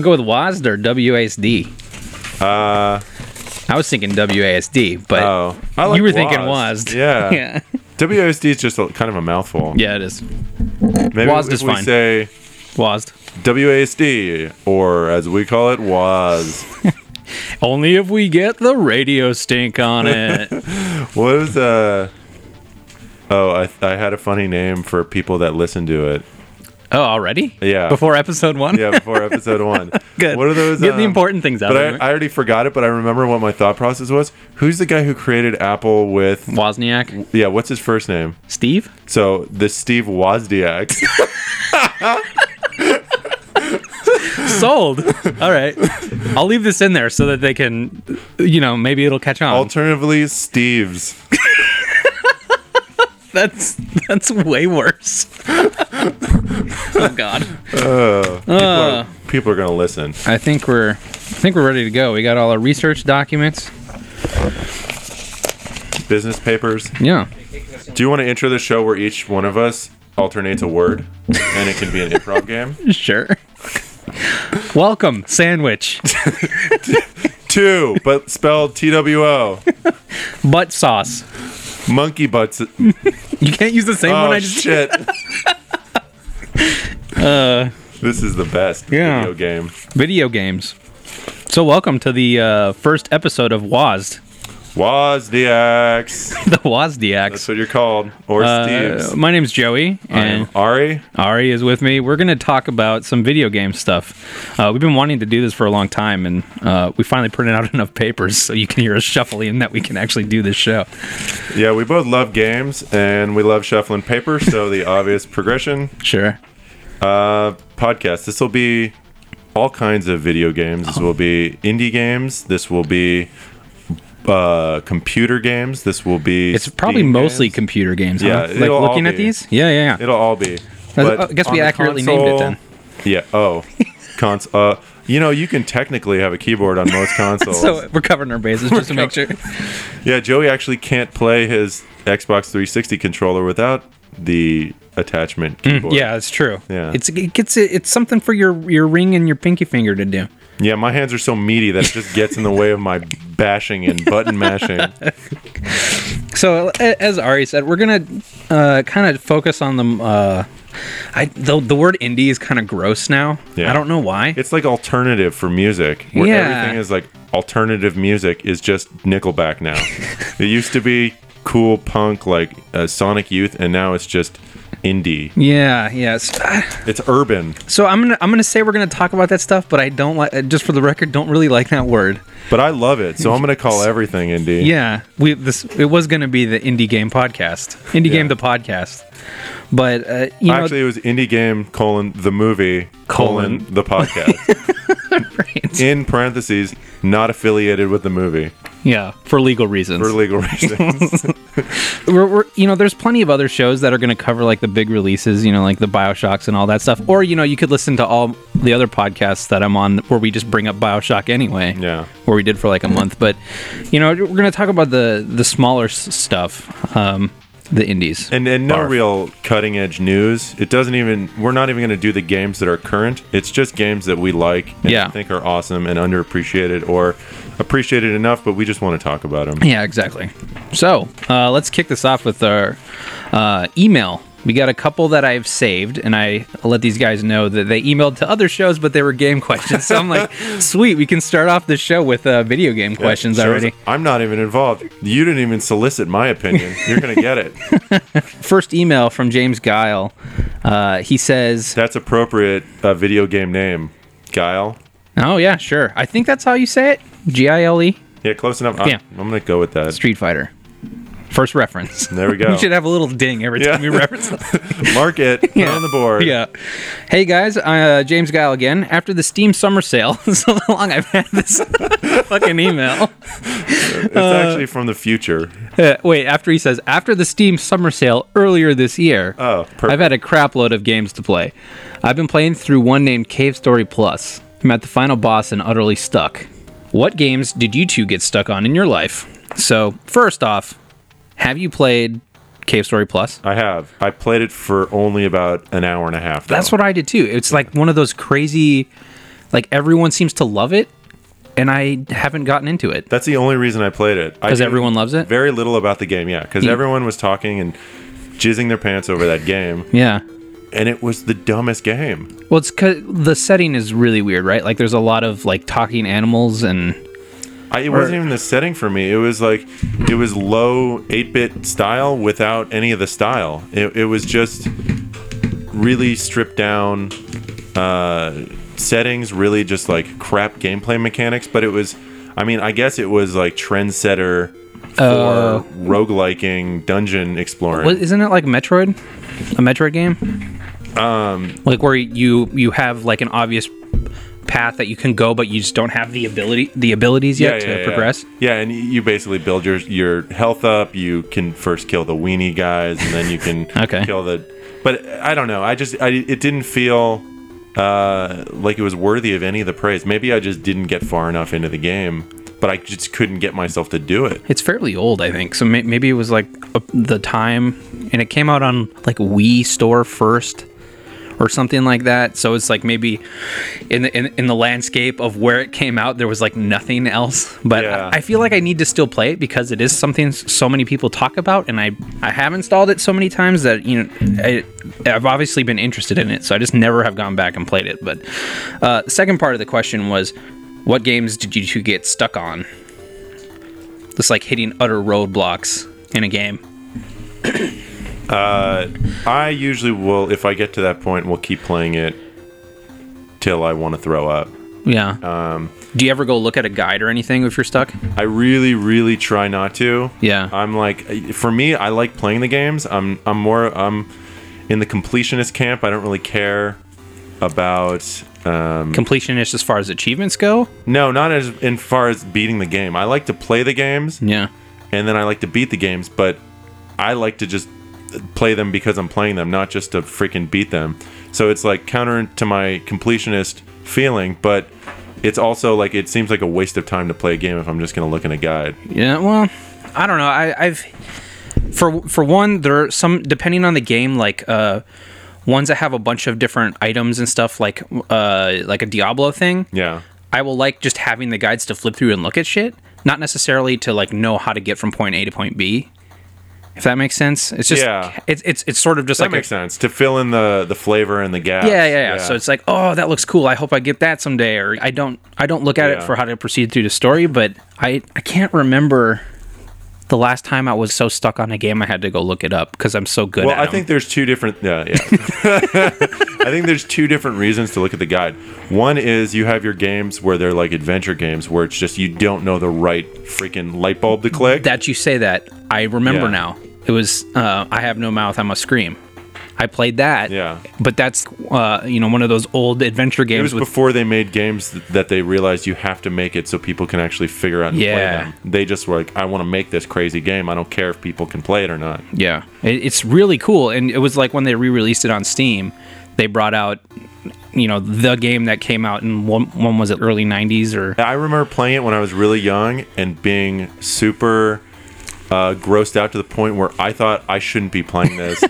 go with WASD or WASD? Uh, I was thinking WASD, but oh, I you like were thinking WASD. WASD. Yeah. yeah. WASD is just a, kind of a mouthful. Yeah, it is. Maybe WASD if is we fine. say WASD. WASD or as we call it WAS. Only if we get the radio stink on it. What was uh? Oh, I I had a funny name for people that listen to it. oh, already? Yeah. Before episode one? Yeah, before episode one. Good. What are those? Get the um, important things out But of I, it. I already forgot it, but I remember what my thought process was. Who's the guy who created Apple with? Wozniak. Yeah, what's his first name? Steve? So this Steve Wozniak. Sold. All right. I'll leave this in there so that they can, you know, maybe it'll catch on. Alternatively, Steve's. that's that's way worse. oh God. People are, people are gonna listen. I think we're I think we're ready to go. We got all our research documents. Business papers. Yeah. Do you want to intro the show where each one of us alternates a word, and it can be an improv game? Sure. Welcome, sandwich. Two, but spelled T W O. Butt sauce. Monkey butts. You can't use the same one Oh I just shit. this is the best Uh. Yeah. video game. video games. So welcome to the uh, first episode of WASD, Wozniaks. the WASDX. That's what you're called. Or Uh, Steve's. my name's Joey, I and am Ari. Ari is with me. We're going to talk about some video game stuff. Uh, we've been wanting to do this for a long time, and uh, we finally printed out enough papers so you can hear us shuffling and that we can actually do this show. Yeah, we both love games and we love shuffling paper, so the obvious progression. Sure. Uh podcast. This will be all kinds of video games. This will be indie games. This will be uh computer games. This will be It's probably Steam mostly games. computer games. Yeah, Yeah, like it'll all looking at be. these. Yeah, yeah, yeah. It'll all be. Uh, I guess on we the accurately named it then. Yeah. Oh, cons. Uh, you know, you can technically have a keyboard on most consoles. So we're covering our bases just to make sure. yeah, Joey actually can't play his Xbox 360 controller without the attachment keyboard. Hmm, Yeah, it's true. Yeah. it's it gets it's something for your your ring and your pinky finger to do. Yeah, my hands are so meaty that it just gets in the way of my bashing and button mashing. So a- as Ari said, we're gonna uh, kind of focus on the. Uh, I the, the word indie is kind of gross now. Yeah. I don't know why. It's like alternative for music, where Yeah. everything is like alternative music is just Nickelback now. it used to be cool punk like uh, Sonic Youth, and now it's just indie. yeah, yes. It's urban. So I'm gonna I'm gonna say we're gonna talk about that stuff, but I don't like. Just for the record, don't really like that word. But I love it, so I'm gonna call everything indie. Yeah, we this it was gonna be the indie game podcast, indie game the podcast, but uh, you know, Actually, it was indie game colon the movie colon, Colon. the podcast right. in parentheses not affiliated with the movie yeah, for legal reasons. for legal reasons. we're, we're you know there's plenty of other shows that are going to cover like the big releases you know like the bioshocks and all that stuff or you know you could listen to all the other podcasts that i'm on where we just bring up bioshock anyway Yeah. where we did for like a month but you know we're going to talk about the the smaller s- stuff um the indies and and no Barf. real cutting edge news. It doesn't even we're not even gonna do the games that are current. It's just games that we like and Yeah. think are awesome and underappreciated or appreciated enough, but we just want to talk about them. yeah exactly so uh let's kick this off with our uh email we got a couple that I've saved, and I let these guys know that they emailed to other shows, but they were game questions. So I'm like, sweet, we can start off the show with uh, video game questions Shows already. I'm not even involved. You didn't even solicit my opinion. You're gonna get it. first email from James Guile. Uh, he says, That's appropriate. uh, video game name, Guile. "Oh yeah, sure. I think that's how you say it. G I L E Yeah, close enough. I, Yeah. I'm gonna go with that. Street Fighter. First reference. There we go. we should have a little ding every Yeah. time we reference. it. Mark it. Put it on the board. yeah. Hey guys, uh, James Guile again. After the Steam Summer Sale, so long I've had this fucking email. It's actually from the future. Uh, wait, after he says, after the Steam Summer Sale earlier this year, Oh, perfect. I've had a crap load of games to play. I've been playing through one named Cave Story Plus. I'm at the final boss and utterly stuck. What games did you two get stuck on in your life? So, first off, have you played Cave Story Plus? I have. I played it for only about an hour and a half. That's what I did too. It's like one of those crazy like everyone seems to love it, and I haven't gotten into it. That's the only reason I played it. I 'Cause knew everyone loves it? Hmm. Very little about the game, yeah, because Yeah. everyone was talking and jizzing their pants over that game, Yeah. and it was the dumbest game. Well, it's 'cause the setting is really weird, right? Like there's a lot of like talking animals and I, it wasn't even the setting for me. It was like it was low eight bit style without any of the style. It, it was just really stripped down uh, settings, really just like crap gameplay mechanics. But it was, I mean, I guess it was like trendsetter. For Oh. rogueliking dungeon exploring. Well, isn't it like Metroid, a Metroid game? Um, like where you you have like an obvious path that you can go, but you just don't have the ability the abilities yet to progress. Yeah. and you basically build your your health up. You can first kill the weenie guys, and then you can Okay. kill the. But I don't know. I just I, it didn't feel uh, like it was worthy of any of the praise. Maybe I just didn't get far enough into the game, but I just couldn't get myself to do it. It's fairly old, I think. So may- maybe it was like a- the time, and it came out on like Wii Store first, or something like that. So it's like maybe in the in, in the landscape of where it came out, there was like nothing else. But I- Yeah. I, feel like I need to still play it because it is something s- so many people talk about, and I I have installed it so many times that you know I, I've obviously been interested in it. So I just never have gone back and played it. But uh, second part of the question was, what games did you two get stuck on? just like hitting utter roadblocks in a game. I usually will, if I get to that point, will keep playing it till I want to throw up. Yeah. Um, Do you ever go look at a guide or anything if you're stuck? I really, really try not to. Yeah. I'm like, for me, I like playing the games. I'm, I'm more, I'm in the completionist camp. I don't really care about. Um, Completionist as far as achievements go? no, not as in far as beating the game. I like to play the games, Yeah. and then I like to beat the games. But I like to just play them because I'm playing them, not just to freaking beat them. So it's like counter to my completionist feeling, but it's also like it seems like a waste of time to play a game if I'm just gonna look in a guide. Yeah. Well, I don't know. I, I've for for one, there are some depending on the game, like uh, ones that have a bunch of different items and stuff, like uh, like a Diablo thing. Yeah. I will like just having the guides to flip through and look at shit, not necessarily to like know how to get from point A to point B. If that makes sense, it's just Yeah. it's it's it's sort of just That like a- makes sense to fill in the the flavor and the gaps. Yeah, yeah, yeah, So it's like, oh, that looks cool. I hope I get that someday. Or I don't, I don't look at Yeah. it for how to proceed through the story. But I, I can't remember the last time I was so stuck on a game I had to go look it up because I'm so good. well, at I 'em. think there's two different. Yeah, yeah. I think there's two different reasons to look at the guide. One is you have your games where they're like adventure games where it's just you don't know the right freaking light bulb to click. that you say that I remember Yeah. now. It was, uh, I have no mouth, I must scream. I played that. Yeah. But that's, uh, you know, one of those old adventure it games was with. before they made games th- that they realized you have to make it so people can actually figure out and Yeah. play them. They just were like, I want to make this crazy game. I don't care if people can play it or not. Yeah, it, it's really cool, and it was like when they re-released it on Steam, they brought out, you know, the game that came out in one, one was it early '90s or I remember playing it when I was really young and being super uh, grossed out to the point where I thought I shouldn't be playing this.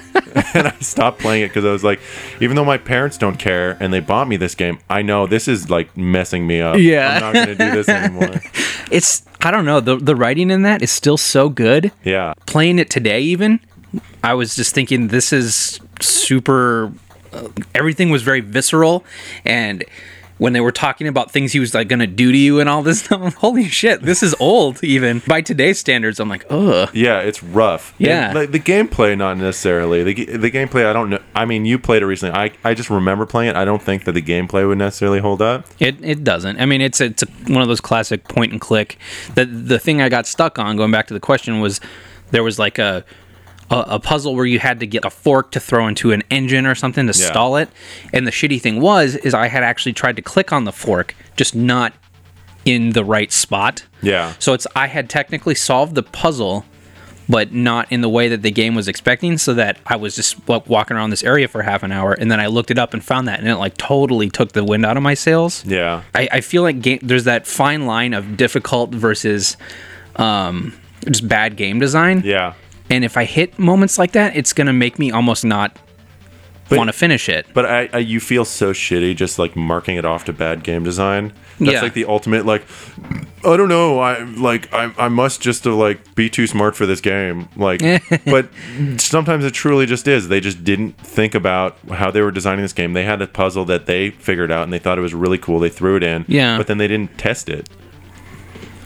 and I stopped playing it because I was like, even though my parents don't care and they bought me this game, I know this is like messing me up. Yeah. I'm not going to do this anymore. it's I don't know the the writing in that is still so good. Yeah. Playing it today, even I was just thinking this is super. Uh, everything was very visceral, and when they were talking about things he was like gonna do to you and all this stuff, holy shit, this is old even by today's standards. I'm like, ugh. Yeah, it's rough. And, Yeah. like the gameplay, not necessarily the ga- the gameplay. I don't know. I mean, you played it recently. I I just remember playing it. I don't think that the gameplay would necessarily hold up. It, it doesn't. I mean, it's it's a, one of those classic point and click. The the thing I got stuck on going back to the question was there was like a a, a puzzle where you had to get a fork to throw into an engine or something to Yeah. stall it. And the shitty thing was is I had actually tried to click on the fork, just not in the right spot. Yeah. So it's I had technically solved the puzzle, but not in the way that the game was expecting. So that I was just wa- walking around this area for half an hour, and then I looked it up and found that, and it like totally took the wind out of my sails. Yeah. I, I feel like game, there's that fine line of difficult versus um, just bad game design. Yeah. And if I hit moments like that, it's gonna make me almost not But- want to finish it. But I, I, you feel so shitty just like marking it off to bad game design. That's Yeah. like the ultimate. Like, I don't know. I like I, I must just uh, like be too smart for this game. Like, but sometimes it truly just is. They just didn't think about how they were designing this game. They had a puzzle that they figured out and they thought it was really cool. They threw it in. Yeah. But then they didn't test it.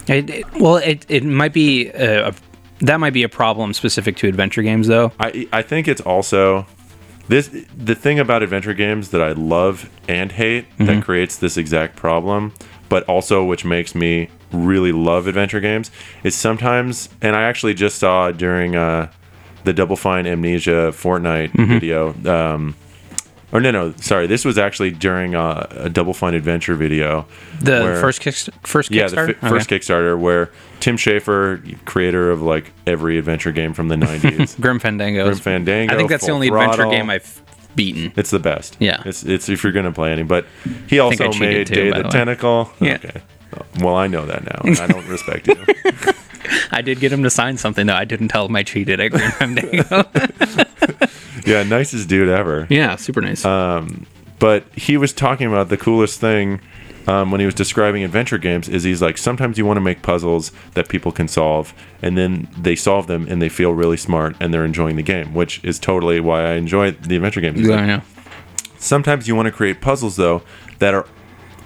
It, it- well, it it might be uh, a, that might be a problem specific to adventure games though. I I think it's also this the thing about adventure games that I love and hate that creates this exact problem, but also which makes me really love adventure games is sometimes and I actually just saw during uh the Double Fine Amnesia Fortnite video um or no no sorry this was actually during uh, a Double Fine Adventure video The where- first kick, first yeah, Kickstarter. the fi- first Kickstarter where Tim Schafer, creator of like every adventure game from the 90s, Grim Fandango. Grim Fandango, I think that's the Full only adventure Throttle. game I've beaten. It's the best. Yeah. It's it's if you're gonna play any, but he think I also cheated made too, Day of by the, the way. Tentacle. Yeah. Okay. Oh, Well, I know that now. and I don't respect you. I did get him to sign something though. I didn't tell him I cheated at Grim Fandango. Yeah, nicest dude ever. yeah, super nice. But he was talking about the coolest thing um, when he was describing adventure games is he's like sometimes you want to make puzzles that people can solve and then they solve them and they feel really smart and they're enjoying the game, which is totally why I enjoy the adventure games. He's Yeah, like, I know. Sometimes you want to create puzzles though that are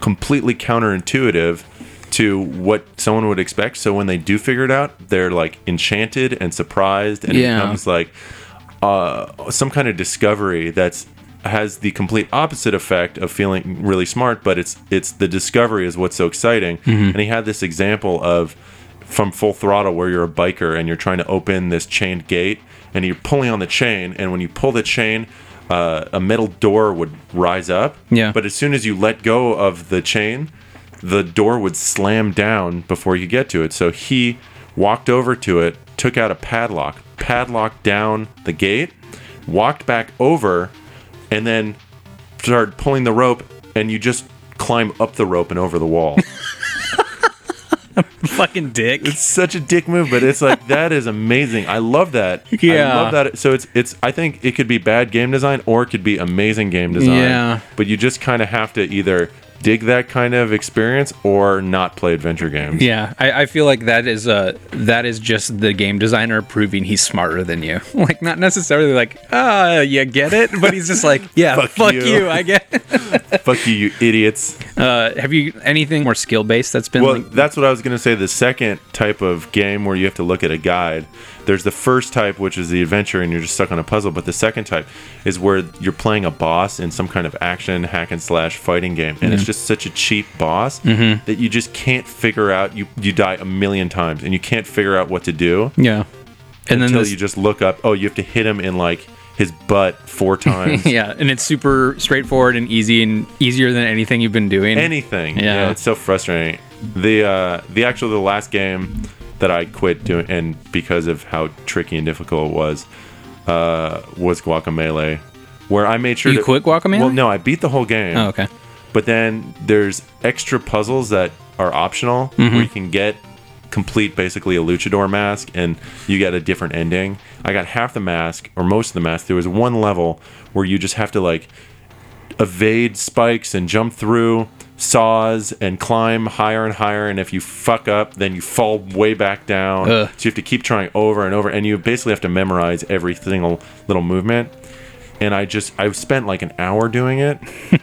completely counterintuitive to what someone would expect. So when they do figure it out, they're like enchanted and surprised, and Yeah. it becomes like uh, some kind of discovery that's has the complete opposite effect of feeling really smart. But it's it's the discovery is what's so exciting. And he had this example of from full throttle where you're a biker and you're trying to open this chained gate and you're pulling on the chain and when you pull the chain uh, a metal door would rise up Yeah. but as soon as you let go of the chain, the door would slam down before you get to it. So he walked over to it, took out a padlock, padlocked down the gate, walked back over, and then started pulling the rope, and you just climb up the rope and over the wall. Fucking dick. it's such a dick move, but it's like that is amazing. I love that. Yeah. I love that. So it's it's I think it could be bad game design or it could be amazing game design. Yeah. But you just kind of have to either dig that kind of experience or not play adventure games. Yeah, I, I feel like that is uh that is just the game designer proving he's smarter than you. Like not necessarily like ah you get it, but he's just like yeah fuck, Fuck you. you. I get. It. Fuck you, you idiots. Uh, have you anything more skill based that's been Well, like, that's what I was going to say. The second type of game where you have to look at a guide, there's the first type, which is the adventure, and you're just stuck on a puzzle. But the second type is where you're playing a boss in some kind of action, hack and slash fighting game. And it's just such a cheap boss Mm-hmm. that you just can't figure out. You, you die a million times and you can't figure out what to do yeah, and then until this, you just look up. Oh, you have to hit him in like his butt four times. yeah, and it's super straightforward and easy and easier than anything you've been doing. anything. Yeah. Yeah. it's so frustrating. The uh, the actual the last game that I quit doing, and because of how tricky and difficult it was, uh, was Guacamelee, where I made sure You to, quit Guacamelee? Well, no, I beat the whole game. oh, okay. But then there's extra puzzles that are optional where you can get complete basically a luchador mask and you get a different ending. I got half the mask or most of the mask. There was one level where you just have to like evade spikes and jump through saws and climb higher and higher and if you fuck up then you fall way back down Ugh. so you have to keep trying over and over and you basically have to memorize every single little movement and I just I spent like an hour doing it,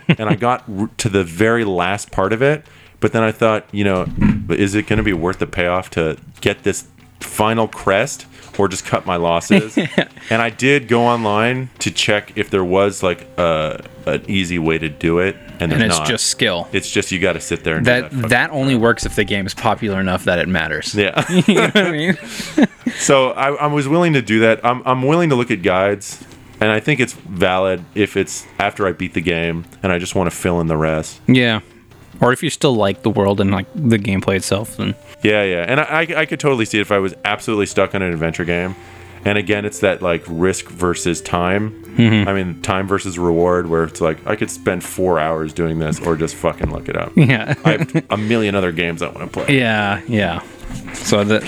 and I got r- to the very last part of it. But then I thought, you know, but is it going to be worth the payoff to get this final crest or just cut my losses? and I did go online to check if there was like a an easy way to do it, and, there's And it's not. just skill. it's just you got to sit there and do that fucking- that only works if the game is popular enough that it matters. yeah. you know what I mean? So I, I was willing to do that. I'm, I'm willing to look at guides, and I think it's valid if it's after I beat the game and I just want to fill in the rest. Yeah. Or if you still like the world and like the gameplay itself, then Yeah, yeah. And I, I, I could totally see it if I was absolutely stuck on an adventure game. And again, it's that like risk versus time. Mm-hmm. I mean, time versus reward, where it's like I could spend four hours doing this or just fucking look it up. yeah. I have a million other games I want to play. Yeah, yeah. So that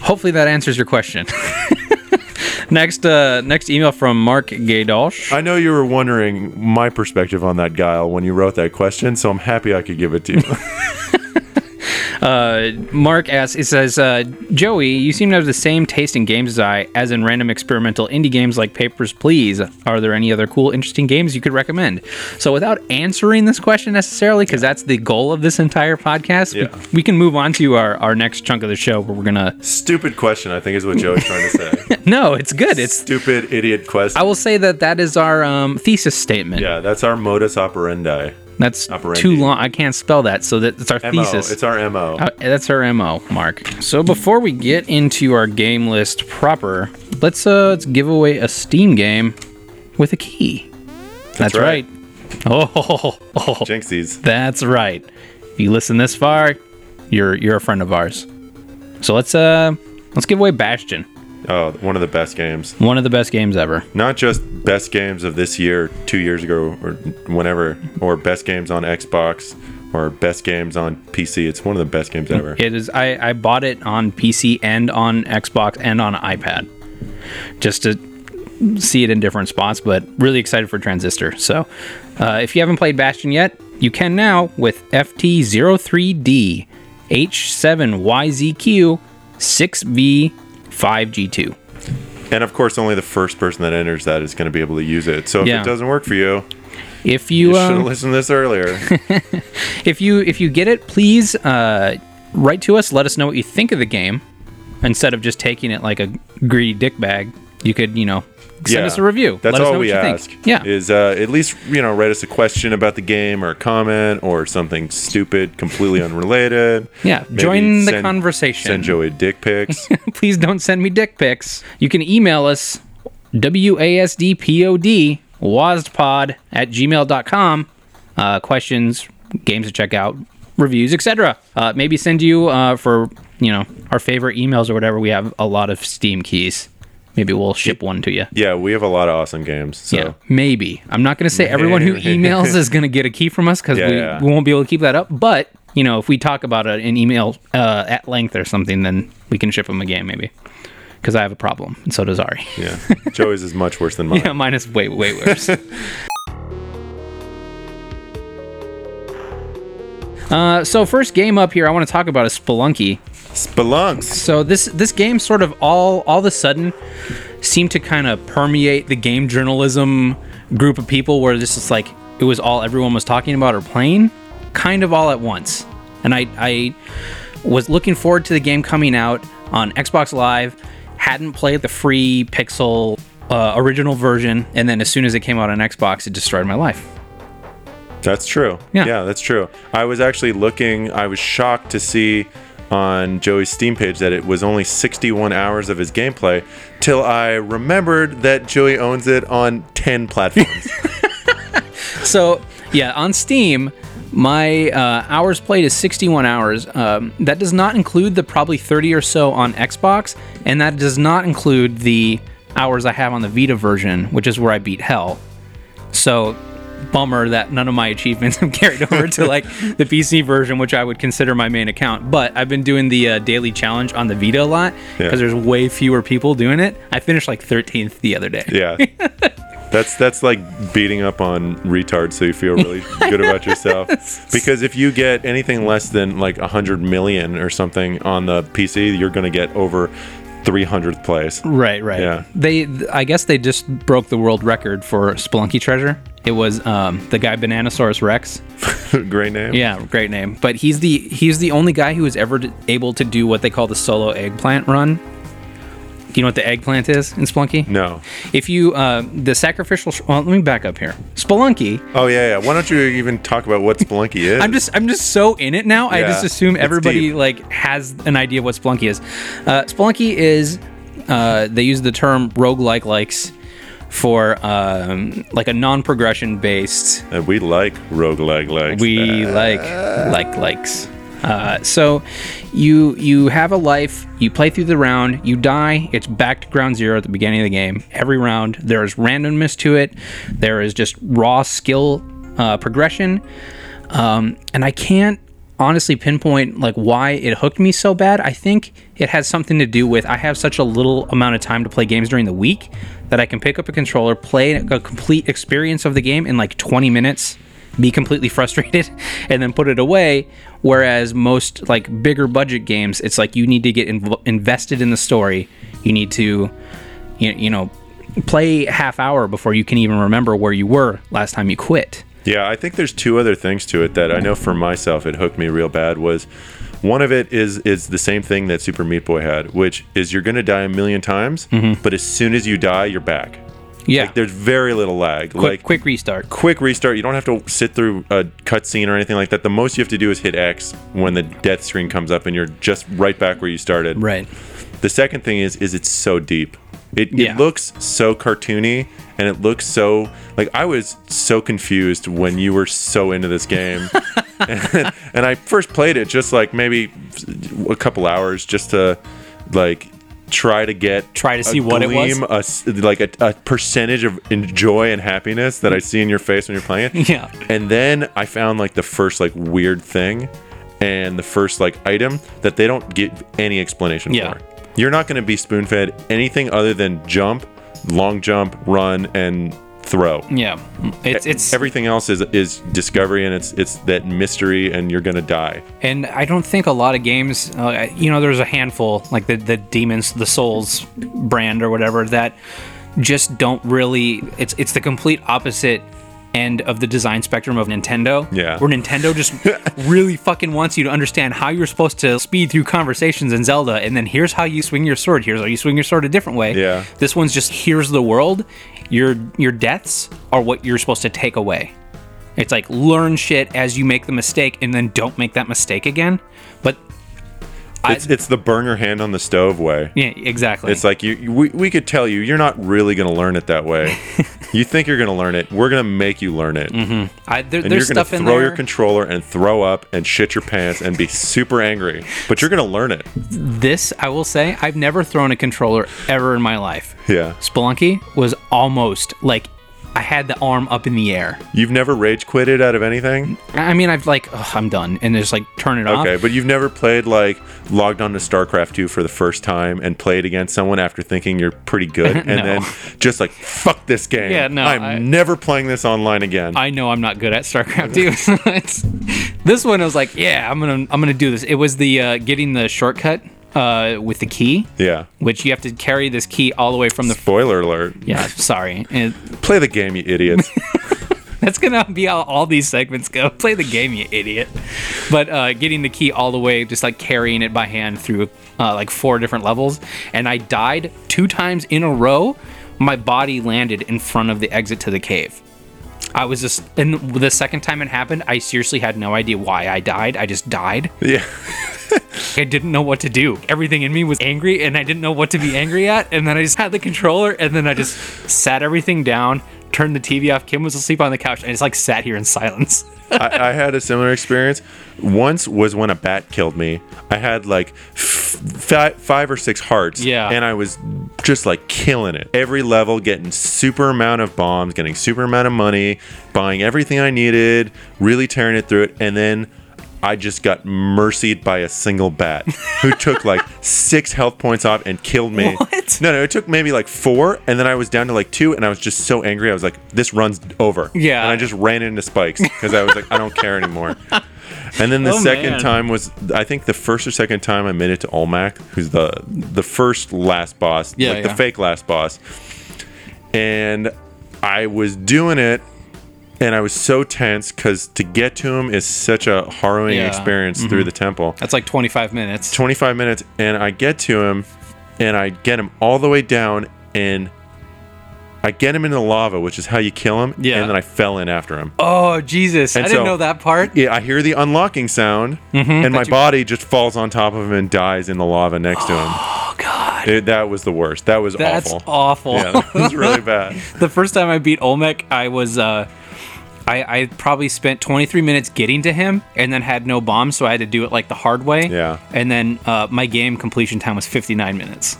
hopefully that answers your question. Next, uh, next email from Mark Gaydosh. I know you were wondering my perspective on that, Guile, when you wrote that question, so I'm happy I could give it to you. Uh, Mark asks, it says, uh, Joey, you seem to have the same taste in games as I, as in random experimental indie games like Papers, Please. Are there any other cool, interesting games you could recommend? So, without answering this question necessarily, because that's the goal of this entire podcast, Yeah. we, we can move on to our, our next chunk of the show where we're going to. Stupid question, I think, is what Joey's trying to say. No, it's good. It's. Stupid idiot question. I will say that that is our um, thesis statement. yeah, that's our modus operandi. That's Operandi. too long. I can't spell that. So that it's our MO. thesis. It's our MO. Uh, that's her mo, Mark. So before we get into our game list proper, let's uh let's give away a Steam game with a key. That's, right. right. Oh, oh, Jinxies. that's right. If you listen this far, you're you're a friend of ours. So let's uh let's give away Bastion, Oh, one of the best games. one of the best games ever. Not just best games of this year, two years ago, or whenever, or best games on Xbox, or best games on PC. It's one of the best games ever. It is. I I bought it on PC and on Xbox and on iPad, just to see it in different spots. But really excited for Transistor. So, uh, if you haven't played Bastion yet, you can now with FT03D H7YZQ 6V 5G2. And of course, only the first person that enters that is going to be able to use it. So if Yeah. it doesn't work for you, If you, you should have um, listened to this earlier. if you if you get it, please uh, write to us. Let us know what you think of the game. Instead of just taking it like a greedy dick bag, you could you know send Yeah. us a review. That's Let us all know we what you ask. Think. Yeah, is uh, at least you know write us a question about the game or a comment or something stupid, completely unrelated. Yeah, Maybe join the conversation. Send Joey dick pics. please don't send me dick pics. You can email us wasdpod waspod at gmail.com. Uh, questions, games to check out, reviews, etc. Uh, maybe send you uh, for you know our favorite emails or whatever. We have a lot of Steam keys. Maybe we'll ship one to you. yeah, we have a lot of awesome games. So Yeah, maybe. I'm not going to say everyone who Maybe. emails is going to get a key from us because Yeah, we, yeah. we won't be able to keep that up. But you know, if we talk about a, an email uh, at length or something, then we can ship them a game maybe. Because I have a problem, and so does Ari. yeah, Joey's is much worse than mine. Yeah, mine is way way worse. Uh, so first game up here, I want to talk about is Spelunky. Spelunks. So this this game sort of all all of a sudden seemed to kind of permeate the game journalism group of people where this is like it was all everyone was talking about or playing kind of all at once. And I I was looking forward to the game coming out on Xbox Live, hadn't played the free Pixel uh, original version, and then as soon as it came out on Xbox, it destroyed my life. That's true. Yeah. that's true. I was actually looking. I was shocked to see on Joey's Steam page that it was only 61 hours of his gameplay till I remembered that Joey owns it on 10 platforms. So yeah, on Steam, my uh, hours played is 61 hours. Um, that does not include the probably 30 or so on Xbox, and that does not include the hours I have on the Vita version, which is where I beat Hell. So bummer that none of my achievements have carried over to like the PC version, which I would consider my main account. But I've been doing the uh, daily challenge on the Vita a lot Yeah. because there's way fewer people doing it. I finished like 13th the other day. Yeah. That's that's like beating up on retards so you feel really good about yourself. Because if you get anything less than like 100 million or something on the PC, you're going to get over 300th place. Right, right. Yeah. They, th- I guess they just broke the world record for Spelunky treasure. It was um, the guy Bananasaurus Rex. Great name. Yeah, great name. But he's the he's the only guy who was ever d- able to do what they call the solo eggplant run. Do you know what the eggplant is in Spelunky? No. If you uh, the sacrificial, sh- well, let me back up here. Spelunky. Oh yeah, yeah. Why don't you even talk about what Spelunky is? I'm just I'm just so in it now. I Yeah, just assume it's everybody deep. like has an idea of what Splunky is. Uh, Splunky is uh, they use the term roguelike likes for um, like a non-progression based And Uh, we like roguelike likes. we like like likes. Uh, so you you have a life. You play through the round. You die. It's back to ground zero at the beginning of the game. Every round there is randomness to it. There is just raw skill uh, progression, um, and I can't honestly pinpoint like why it hooked me so bad. I think it has something to do with I have such a little amount of time to play games during the week that I can pick up a controller, play a complete experience of the game in like 20 minutes, be completely frustrated, and then put it away. Whereas most like bigger budget games, it's like you need to get inv- invested in the story. You need to, you, you know, play half hour before you can even remember where you were last time you quit. Yeah, I think there's two other things to it that I know for myself it hooked me real bad was one of it is is the same thing that Super Meat Boy had, which is you're gonna die a million times, Mm-hmm. but as soon as you die, you're back. Yeah. Like there's very little lag. quick, like quick restart. quick restart. You don't have to sit through a cutscene or anything like that. The most you have to do is hit X when the death screen comes up, and you're just right back where you started. Right. The second thing is is it's so deep. It, Yeah. it looks so cartoony and it looks so like I was so confused when you were so into this game. and, and I first played it just like maybe a couple hours just to like try to get Try to a see what it was? gleam, a s- like a, a percentage of en- joy and happiness that I see in your face when you're playing it. Yeah. And then I found like the first like weird thing and the first like item that they don't give any explanation Yeah. for. You're not going to be spoon fed anything other than jump, long jump, run, and throw. Yeah. It's it's Everything else is is discovery and it's it's that mystery and you're gonna die. and I don't think a lot of games, uh, you know, there's a handful like the the demons, the souls brand or whatever that just don't really. It's it's the complete opposite end of the design spectrum of Nintendo. Yeah. where Nintendo just really fucking wants you to understand how you're supposed to speed through conversations in Zelda, and then here's how you swing your sword. Here's how you swing your sword a different way. Yeah. this one's just here's the world. Your your deaths are what you're supposed to take away. It's like learn shit as you make the mistake and then don't make that mistake again. But I- It's it's the burn your hand on the stove way. yeah, exactly. It's like you, you- we, we could tell you you're not really gonna learn it that way. you think you're gonna learn it. We're gonna make you learn Mm-hmm. it. I, there, and there's you're gonna stuff in throw there. your controller and throw up and shit your pants and be super angry. But you're gonna learn it. this I will say, I've never thrown a controller ever in my life. Yeah. Spelunky was almost like I had the arm up in the air. You've never rage quitted out of anything? I I mean, I've like, "Ugh, I'm done, and just like turn it off. Okay, but you've never played like logged on to StarCraft 2 for the first time and played against someone after thinking you're pretty good and then just like fuck this game. Yeah, no, I'm I- never playing this online again. I know I'm not good at StarCraft 2. so it's, this one I was like, yeah, I'm gonna I'm gonna do this. It was the uh, getting the shortcut uh, with the key. yeah. Which you have to carry this key all the way from the Spoiler alert. Yeah, sorry. And Play the game, you idiots. that's gonna be how all these segments go. Play the game, you idiot. But uh, getting the key all the way, just like carrying it by hand through uh, like four different levels, and I died two times in a row. My body landed in front of the exit to the cave. I was just, and the second time it happened, I seriously had no idea why I died. I just died. yeah. I didn't know what to do. Everything in me was angry, and I didn't know what to be angry at. And then I just had the controller, and then I just sat everything down, turned the TV off. Kim was asleep on the couch, and I just like sat here in silence. I, I had a similar experience. Once was when a bat killed me. I had like f- fi- five or six hearts. Yeah. And I was just like killing it. Every level, getting super amount of bombs, getting super amount of money, buying everything I needed, really tearing it through it. And then I just got mercied by a single bat who took like six health points off and killed me. What? No, no, it took maybe like four. And then I was down to like two. And I was just so angry. I was like, this run's over. Yeah. And I just just ran into spikes because I was like, I don't care anymore. And then the Oh, second man. time was, I think the first or second time I made it to Olmac, who's the the first last boss, Yeah, like yeah. the fake last boss. And I was doing it, and I was so tense because to get to him is such a harrowing Yeah. Mm-hmm. experience through the temple. That's like 25 minutes. 25 minutes and I get to him and I get him all the way down and I get him in the lava, which is how you kill him. Yeah. And then I fell in after him. Oh Jesus! I And didn't so- know that part. Yeah, I hear the unlocking sound Mm-hmm. and my body just falls on top of him and dies in the lava next to him. Oh God, It, that was the worst. That was that's awful. awful. Yeah, that was really bad. the first time I beat Olmec, I was uh I, I probably spent 23 minutes getting to him and then had no bombs, so I had to do it like the hard way. Yeah. And then uh, my game completion time was 59 minutes.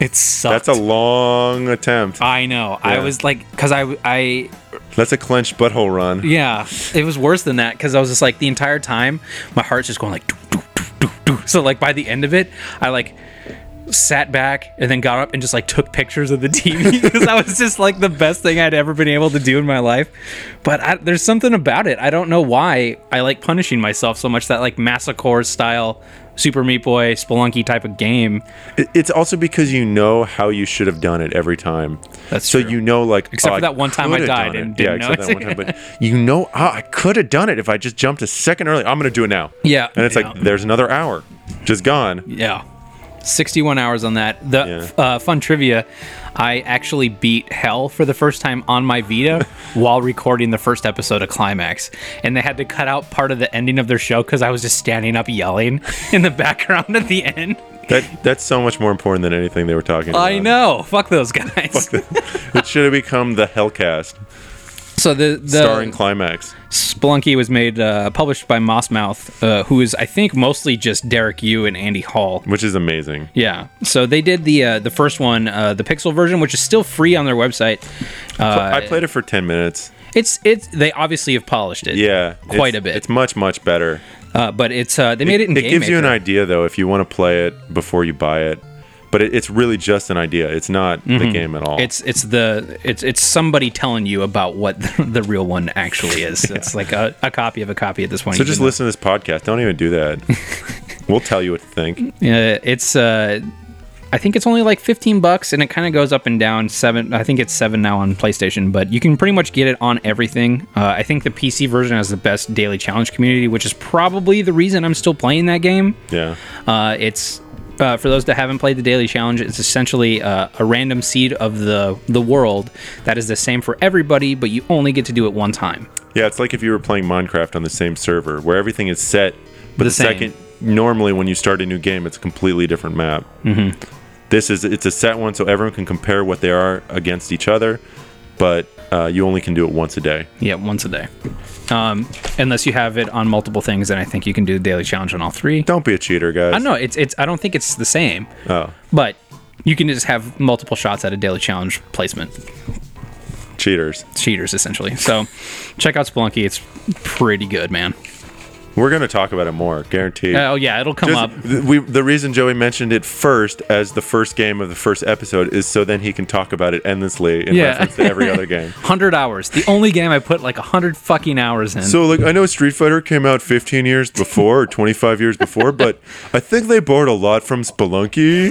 It sucked. That's a long attempt. I know. I Yeah. was like, because I, I, That's a clenched butthole run. yeah, it was worse than that because I was just like the entire time, my heart's just going like, "Doo, doo, doo, doo, doo. So like by the end of it, I like sat back and then got up and just like took pictures of the TV because that was just like the best thing I'd ever been able to do in my life. But I, there's something about it. I don't know why I like punishing myself so much. That like Massacor style Super Meat Boy Spelunky type of game. It- It's also because you know how you should have done it every time. That's so true. you know, like Except oh, for that one time I coulda died done it. and yeah, didn't except know that one time. But you know, oh, I could have done it if I just jumped a second early. I'm gonna do it now. Yeah. and it's like Yeah. there's another hour, just gone. Yeah. 61 hours on that. The uh, fun trivia I actually beat Hell for the first time on my Vita while recording the first episode of Climax. And they had to cut out part of the ending of their show because I was just standing up yelling in the background at the end. That that's so much more important than anything they were talking about. I know. Fuck those guys. it should have become the Hellcast, so the, the starring Climax. Splunky was made uh, published by Mossmouth, uh, who is I think mostly just Derek Yu and Andy Hall. which is amazing. Yeah. So they did the uh, the first one, uh, the Pixel version, which is still free on their website. Uh, I played it for 10 minutes. it's it's they obviously have polished it. Yeah, Quite it's- a bit. It's much much better. Uh, but it's uh, they made it, in it Game gives you an Maker. idea though if you want to play it before you buy it. But it, it's really just an idea. It's not the game at all. Mm-hmm. It's it's the it's it's somebody telling you about what the, the real one actually is. It's like a, a copy of a copy at this point. so even just though- listen to this podcast. Don't even do that. we'll tell you what to think. Yeah, it's uh I think it's only like 15 bucks and it kind of goes up and down. 7 I think it's 7 now on PlayStation, but you can pretty much get it on everything. Uh, I think the PC version has the best daily challenge community, which is probably the reason I'm still playing that game. Yeah. Uh, it's uh, for those that haven't played the daily challenge. It's essentially uh, a random seed of the the world that is the same for everybody, but you only get to do it one time. Yeah, it's like if you were playing Minecraft on the same server where everything is set, but the, same. second normally when you start a new game, it's a completely different map. Mm-hmm. This is it's a set one, so everyone can compare what they are against each other, but uh, you only can do it once a day. Yeah, once a day. Um, unless you have it on multiple things, then I think you can do the daily challenge on all three. Don't be a cheater, guys. I don't know Uh, it's it's. I don't think it's the same, Oh, but you can just have multiple shots at a daily challenge placement. cheaters. Cheaters essentially. So check out Spelunky. It's pretty good, man. We're gonna talk about it more, guaranteed. Oh yeah, it'll come Just- up. th- we, the reason Joey mentioned it first as the first game of the first episode is so then he can talk about it endlessly in Yeah. reference to every other game. 100 hours. The only game I put like 100 fucking hours in. So like I know Street Fighter came out 15 years before or 25 years before, but I think they borrowed a lot from Spelunky.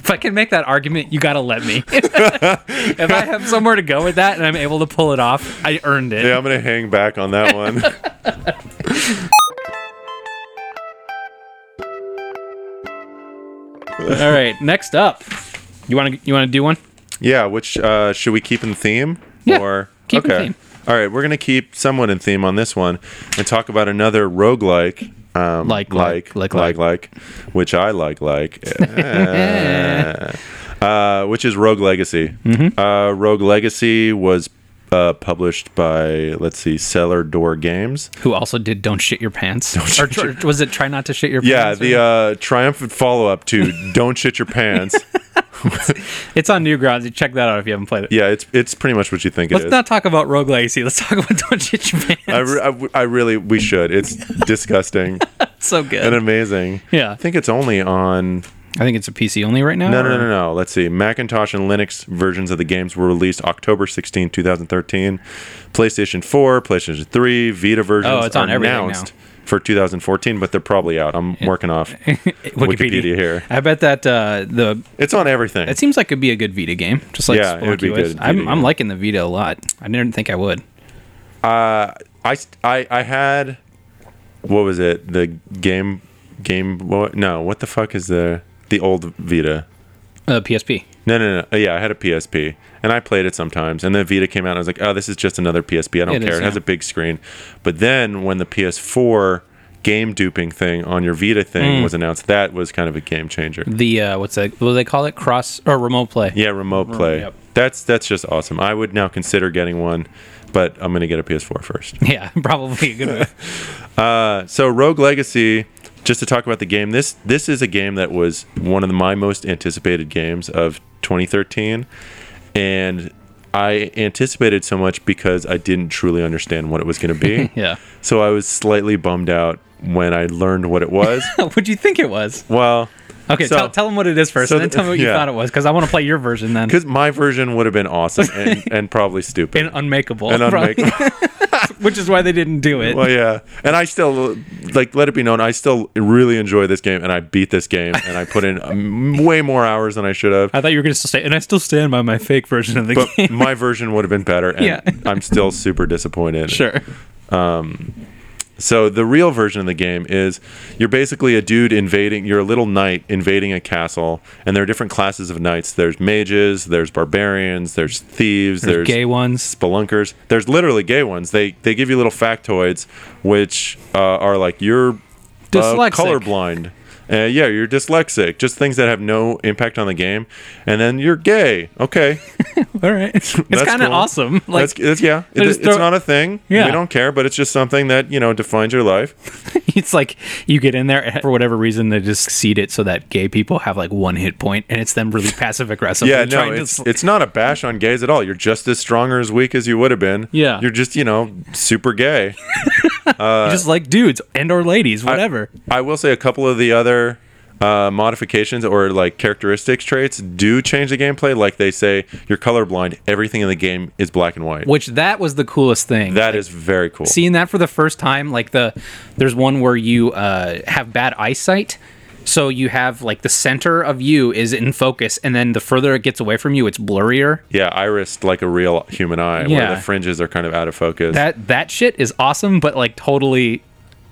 if I can make that argument, you gotta let me. if I have somewhere to go with that and I'm able to pull it off, I earned it. Yeah, I'm gonna hang back on that one. All right, next up, you want to you want to do one? yeah, which uh, should we keep in theme? Yeah, keep in theme. All right, we're gonna keep someone in theme on this one and talk about another roguelike. Um, Like, like, like, like, like, like, which I like, like, Eh. uh, which is Rogue Legacy. Uh, Rogue Legacy was uh, published by, let's see, Cellar Door Games. Who also did "Don't Shit Your Pants"? or tr- was it "Try Not to Shit Your Yeah, Pants"? the uh, triumphant follow up to "Don't Shit Your Pants." it's on Newgrounds. You check that out if you haven't played it. Yeah, it's it's pretty much what you think Let's it is. not talk about Rogue Legacy. Let's talk about "Don't Shit Your Pants." I, re- I w- I really we should. It's disgusting It's so good. and amazing. Yeah. I think it's only on. I think it's a PC only right now. No, no, or- no, no, no. Let's see. Macintosh and Linux versions of the games were released October 16, 2013. PlayStation 4, PlayStation 3, Vita versions Oh, it's on are everything now. announced for 2014, but they're probably out. I'm working off Wikipedia. here. I bet that uh, the It's on everything. it seems like it'd be a good Vita game, just like Yeah, it would Spelunky be was. good I'm, Vita I'm game. liking the Vita a lot. I didn't think I would. I, st- I I had what was it? The game game Boy- no, what the fuck is the the old Vita? Uh, PSP. No, no, no. Yeah, I had a PSP and I played it sometimes. And then Vita came out and I was like, "Oh, this is just another PSP. I don't It care. is, it has yeah. a big screen." But then when the PS4 game duping thing on your Vita Mm. thing was announced, that was kind of a game changer. The uh, what's that? What do they call it? Cross or remote play? Yeah, remote play. yep. That's that's just awesome. I would now consider getting one, but I'm going to get a PS4 first. Yeah, probably a good one. So Rogue Legacy, just to talk about the game, this this is a game that was one of the- my most anticipated games of 2013, and I anticipated so much because I didn't truly understand what it was going to be. Yeah. So I was slightly bummed out when I learned what it was. What'd you think it was? well, Okay, So- tell, tell them what it is first, so and then th- tell me what you yeah. thought it was, because I want to play your version then. because my version would have been awesome and, and probably stupid. And unmakeable, and probably. unmake- which is why they didn't do it. well, yeah. And I still like let it be known. I still really enjoy this game, and I beat this game, and I put in um, way more hours than I should have. I thought you were going to say, and I still stand by my fake version of the But game. my version would have been better, and Yeah. I'm still super disappointed. sure. So the real version of the game is you're basically a dude invading. You're a little knight invading a castle, and there are different classes of knights. There's mages, there's barbarians, there's thieves, there's, Gay ones. spelunkers. There's literally gay ones. They they give you little factoids, which uh, are like you're uh, Dyslexic. colorblind. Uh, yeah, you're dyslexic. Just things that have no impact on the game, and then you're gay. Okay, All right. It's that's kind of cool. awesome. Like, That's- that's- yeah, they It- just it's throw- not a thing. Yeah. we don't care, but it's just something that you know defines your life. it's like you get in there and for whatever reason they just seed it so that gay people have like one hit point and it's them really passive aggressive. Yeah, and no, trying to it's, sl- it's not a bash on gays at all. You're just as strong or as weak as you would have been. Yeah. You're just, you know, super gay. you just like dudes and or ladies, whatever. uh, I will say a couple of the other uh, modifications or like characteristics traits do change the gameplay. Like they say, you're colorblind. Everything in the game is black and white. Which that was the coolest thing. That is very cool. seeing that for the first time like the there's one where you uh, have bad eyesight so you have like the center of you is in focus and then the further it gets away from you it's blurrier yeah, iris like a real human eye, Yeah. where the fringes are kind of out of focus. that that shit is awesome but like totally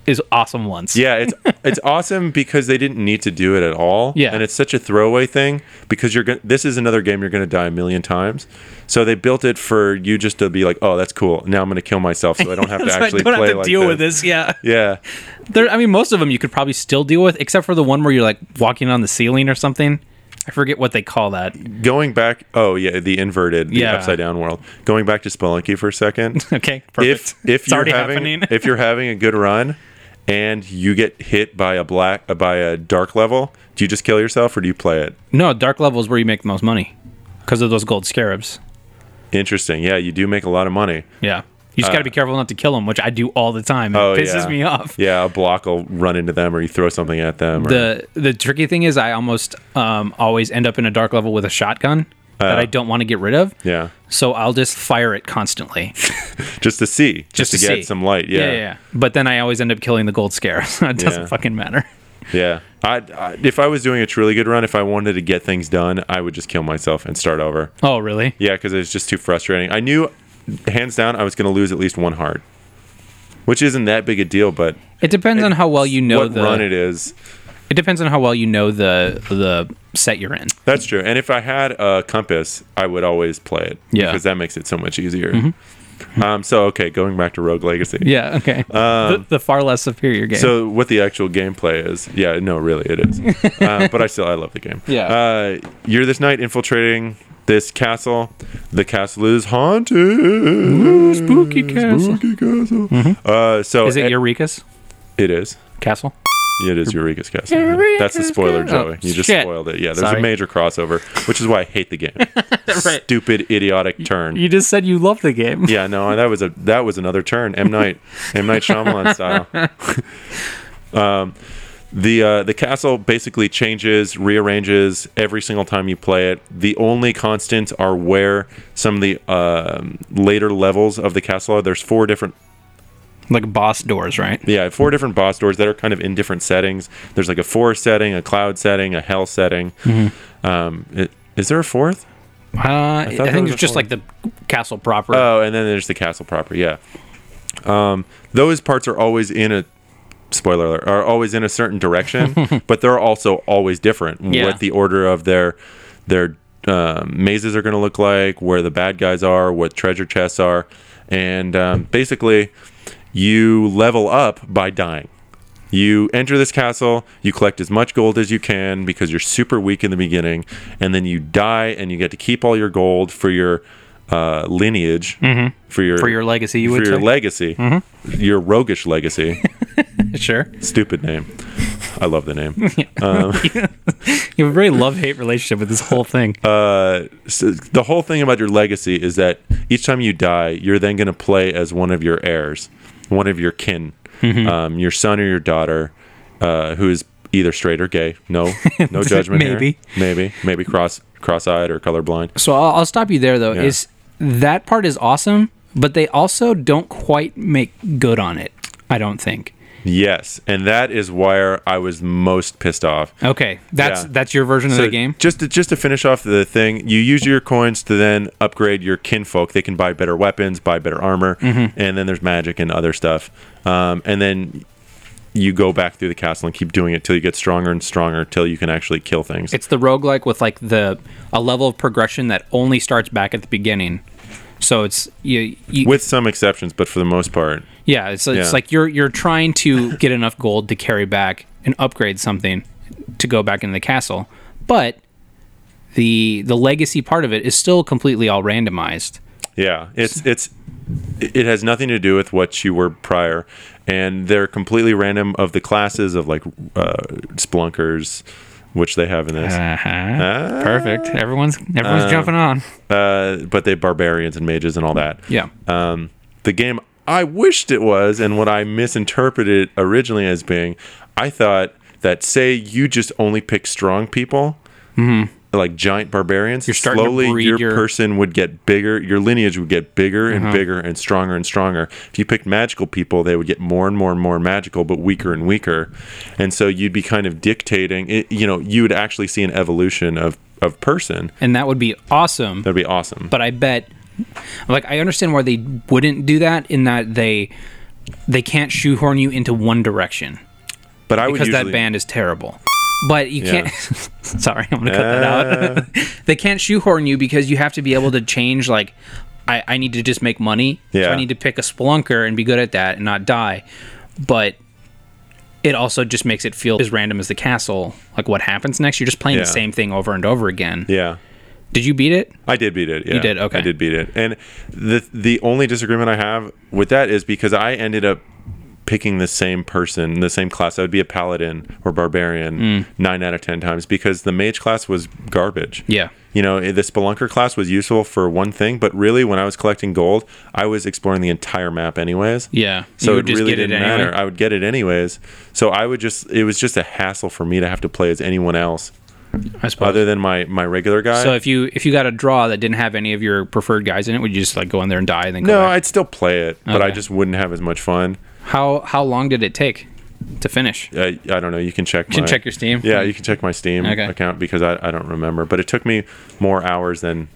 is awesome once yeah, it's it's awesome because they didn't need to do it at all. Yeah. and it's such a throwaway thing because you're going this is another game you're gonna die a million times. So they built it for you just to be like, oh, that's cool. Now I'm gonna kill myself, so I don't have to So I actually don't play have to like deal this. with this. Yeah, Yeah, there. I mean, most of them you could probably still deal with, except for the one where you're like walking on the ceiling or something. I forget what they call that. going back. Oh yeah, the inverted, the Yeah. upside down world. Going back to Spelunky for a second. Okay, perfect. if if it's you're already having happening, if you're having a good run and you get hit by a black uh, by a dark level, do you just kill yourself or do you play it? no, dark level is where you make the most money because of those gold scarabs. Interesting. Yeah, you do make a lot of money. Yeah. You just got to be careful not to kill them, which I do all the time. It Uh. Oh, pisses yeah. me off. Yeah, a block will run into them, or you throw something at them. Or, The the tricky thing is I almost um, always end up in a dark level with a shotgun Uh. that I don't want to get rid of. yeah, So I'll just fire it constantly. just to see, just, to, see. get some light. yeah, Yeah, yeah. But then I always end up killing the gold scarabs. so it doesn't Yeah. fucking matter. yeah. I, I if I was doing a truly good run, if I wanted to get things done, I would just kill myself and start over. Oh, really? Yeah, because it was just too frustrating. I knew, hands down, I was going to lose at least one heart, which isn't that big a deal. But It depends on how well you know what the run it is, It depends on how well you know the the set you're in. that's true. And if I had a compass, I would always play it. Yeah. Mm-hmm. because that makes it so much easier. Um. So okay, going back to Rogue Legacy. Yeah, okay. the, the far less superior game. Um, So what the actual gameplay is? Yeah, no, really, it is. uh, but I still I love the game. Yeah. Uh, you're this knight infiltrating this castle. The castle is haunted. spooky castle. Spooky castle. Uh, so Mm-hmm. Is it Eureka's it is. castle? It is Eureka's Castle. Yeah. Eureka's That's the spoiler, Castle. Joey. You just Shit. spoiled it. Yeah, there's Sorry. a major crossover, which is why I hate the game. Stupid, idiotic turn. You just said you love the game. Yeah, no, that was a that was another turn. M Night, M Night Shyamalan style. um, the uh, the castle basically changes, rearranges every single time you play it. The only constants are where some of the um, later levels of the castle are. There's four different Like boss doors, right? yeah, four different boss doors that are kind of in different settings. There's like a forest setting, a cloud setting, a hell setting. Um, i- is there a fourth? Uh, I, there think was it's just a like the castle proper. Oh, and then there's the castle proper. Yeah. Um, those parts are always in a spoiler alert are always in a certain direction, but they're also always different. Yeah. What the order of their their um, mazes are going to look like, where the bad guys are, what treasure chests are, and um, basically you level up by dying. You enter this castle, you collect as much gold as you can because you're super weak in the beginning, and then you die and you get to keep all your gold for your uh, lineage, for your Mm-hmm. for your legacy, Mm-hmm. you for would your say? legacy, your roguish legacy. sure. Stupid name. I love the name. You have a very love hate relationship with this whole thing. Uh, so the whole thing about your legacy is that each time you die, you're then going to play as one of your heirs, one of your kin. um, your son or your daughter uh, who is either straight or gay. No, no judgment. here. Maybe. maybe, maybe cross cross-eyed or colorblind. So I'll, I'll stop you there though. Is that part is awesome, but they also don't quite make good on it. I don't think. Yes, and that is where I was most pissed off. Okay, that's Yeah. that's your version of So the game. Just to, just to finish off the thing, you use your coins to then upgrade your kinfolk. They can buy better weapons, buy better armor, Mm-hmm. and then there's magic and other stuff. Um, and then you go back through the castle and keep doing it till you get stronger and stronger till you can actually kill things. It's the roguelike with like the a level of progression that only starts back at the beginning. So it's you, you with some exceptions, but for the most part, yeah, it's, it's yeah. like you're you're trying to get enough gold to carry back and upgrade something to go back into the castle. But the the legacy part of it is still completely all randomized. Yeah, it's it's it has nothing to do with what you were prior, and they're completely random of the classes of like uh, splunkers, which they have in this. Ah. Uh-huh. Perfect. Everyone's everyone's jumping on. Uh, but they barbarians and mages and all that. Yeah. Um, the game I wished it was, and what I misinterpreted originally as being, I thought that say you just only pick strong people. Like giant barbarians, you're Mm-hmm. starting to slowly breed your, your- Uh-huh. person would get bigger, your lineage would get bigger and bigger and stronger and stronger. If you picked magical people, they would get more and more and more magical, but weaker and weaker. And so you'd be kind of dictating. It, you know, you would actually see an evolution of of person. and that would be awesome. That'd be awesome. but I bet like I understand why they wouldn't do that in that they they can't shoehorn you into one direction But I would because usually, that band is terrible. But you Yeah. can't sorry, I'm gonna cut that out. they can't shoehorn you because you have to be able to change like I, I need to just make money. So Yeah. I need to pick a spelunker and be good at that and not die. But it also just makes it feel as random as the castle. Like what happens next? You're just playing the Yeah. same thing over and over again. Yeah. Did you beat it? I did beat it. Yeah. did, okay. I did beat it. And the the only disagreement I have with that is because I ended up picking the same person, the same class. I would be a paladin or barbarian Mm. nine out of ten times because the mage class was garbage. Yeah. You know, eh, the spelunker class was useful for one thing, but really when I was collecting gold, I was exploring the entire map anyways. Yeah. So you it would just really get it didn't anyway. matter. I would get it anyways. So I would just it was just a hassle for me to have to play as anyone else I suppose. other than my my regular guy. So if you if you got a draw that didn't have any of your preferred guys in it, would you just like go in there and die and then go No, back? I'd still play it, but I Okay. just wouldn't have as much fun. How how long did it take to finish? I, I don't know. You can check. can my- check your Steam. Yeah, you can check my Steam Okay. account because I, I don't remember. But it took me more hours than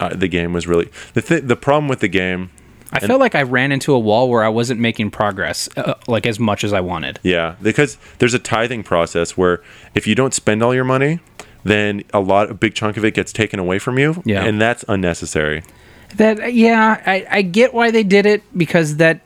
uh, the game was really. The th- the problem with the game, I felt like I ran into a wall where I wasn't making progress uh, like as much as I wanted. yeah, because there's a tithing process where if you don't spend all your money, then a lot a big chunk of it gets taken away from you. Yeah. and that's unnecessary. That yeah, I, I get why they did it because that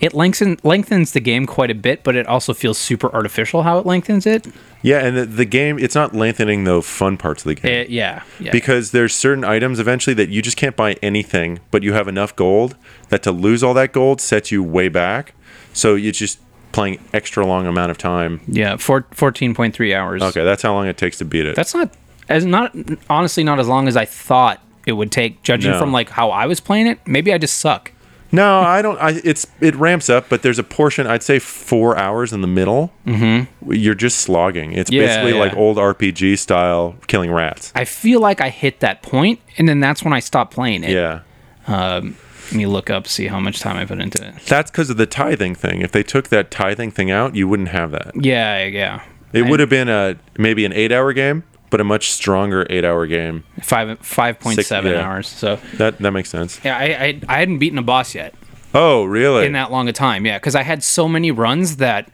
it lengthen, lengthens the game quite a bit, but it also feels super artificial how it lengthens it. Yeah, and the, the game it's not lengthening the fun parts of the game. It- yeah, yeah. because there's certain items eventually that you just can't buy anything, but you have enough gold that to lose all that gold sets you way back. So you're just playing extra long amount of time. yeah, four, 14.3 hours. Okay, that's how long it takes to beat it. That's not as not honestly not as long as I thought it would take. Judging No. from like how I was playing it, maybe I just suck. no, I don't. I, it's it ramps up, but there's a portion I'd say four hours in the middle. Mm-hmm. You're just slogging. It's Yeah, basically yeah. like old RPG style killing rats. I feel like I hit that point, and then that's when I stopped playing it. Um, Yeah. Let me look up see how much time I put into it. That's because of the tithing thing. If they took that tithing thing out, you wouldn't have that. Yeah, yeah. It would have been a maybe an eight-hour game, but a much stronger eight-hour game. Five five point seven Six- yeah. hours. So That that makes sense. yeah, I, I I hadn't beaten a boss yet Oh, really? in that long a time. Yeah, because I had so many runs that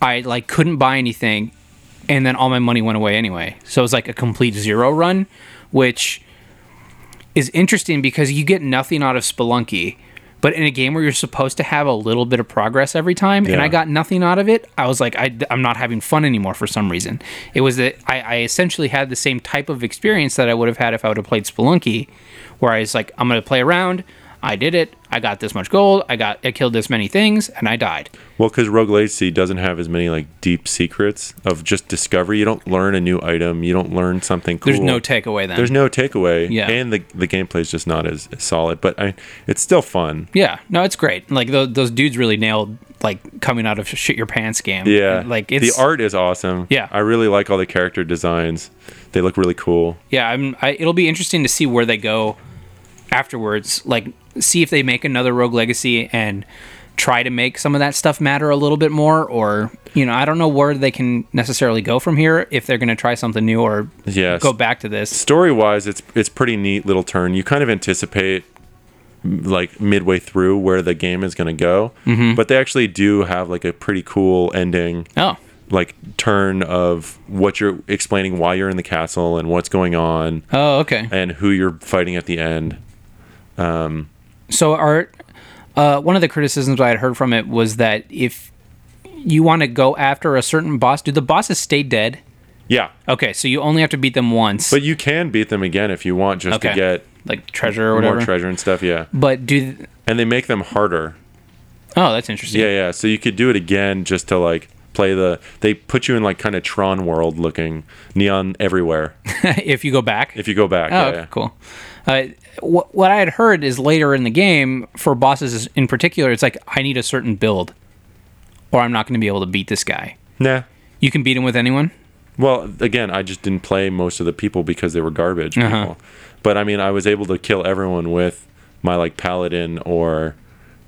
I like couldn't buy anything, and then all my money went away anyway. So it was like a complete zero run, which is interesting because you get nothing out of Spelunky. But in a game where you're supposed to have a little bit of progress every time, and Yeah. I got nothing out of it, I was like, I, am not having fun anymore for some reason. It was that I, I essentially had the same type of experience that I would have had if I would have played Spelunky, where I was like, I'm going to play around. I did it. I got this much gold. I got I killed this many things, and I died. well, because Rogue Legacy doesn't have as many like deep secrets of just discovery. You don't learn a new item. You don't learn something cool. There's no takeaway then. There's no takeaway. Yeah. And the the gameplay is just not as, as solid, but I, it's still fun. Yeah, no, it's great. Like those, those dudes really nailed like coming out of shit your pants game. Yeah. like it's the art is awesome. Yeah. I really like all the character designs. They look really cool. Yeah, I'm. I, it'll be interesting to see where they go afterwards. Like, see if they make another Rogue Legacy and try to make some of that stuff matter a little bit more, or you know, I don't know where they can necessarily go from here if they're going to try something new or Yes. go back to this. Story wise, it's it's pretty neat little turn. You kind of anticipate m- like midway through where the game is going to go, Mm-hmm. but they actually do have like a pretty cool ending. Oh, Like turn of what you're explaining why you're in the castle and what's going on oh, okay. and who you're fighting at the end. So, art. Uh, one of the criticisms I had heard from it was that if you want to go after a certain boss, do the bosses stay dead? Yeah, Okay, so you only have to beat them once. but you can beat them again if you want, just okay, to get like treasure or whatever. more treasure and stuff. Yeah, But do. and they make them harder. Oh, that's interesting. Yeah, yeah. So you could do it again just to like play the. They put you in like kind of Tron world looking neon everywhere if you go back. if you go back. Oh, yeah, okay, yeah. cool. Uh, what what I had heard is later in the game for bosses is- in particular, it's like I need a certain build, or I'm not going to be able to beat this guy. Nah. You can beat him with anyone. Well, again, I just didn't play most of the people because they were garbage Uh-huh. people. But I mean, I was able to kill everyone with my like paladin or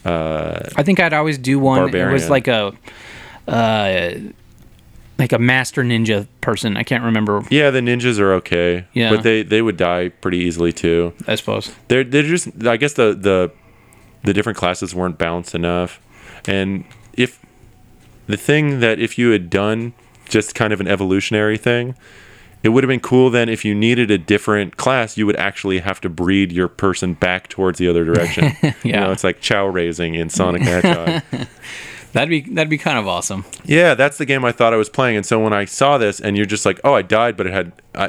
I think I'd always do one. It was Barbarian. like a, uh, like a master ninja person. I can't remember. yeah, the ninjas are okay. Yeah. But they they would die pretty easily too. I suppose. they're they're just I guess the the the different classes weren't balanced enough, and if the thing that if you had done just kind of an evolutionary thing, it would have been cool. Then if you needed a different class, you would actually have to breed your person back towards the other direction. you Yeah. know, it's like chow raising in Sonic the Hedgehog. That'd be that'd be kind of awesome. Yeah, that's the game I thought I was playing. And so when I saw this, and you're just like, oh, I died, but it had I,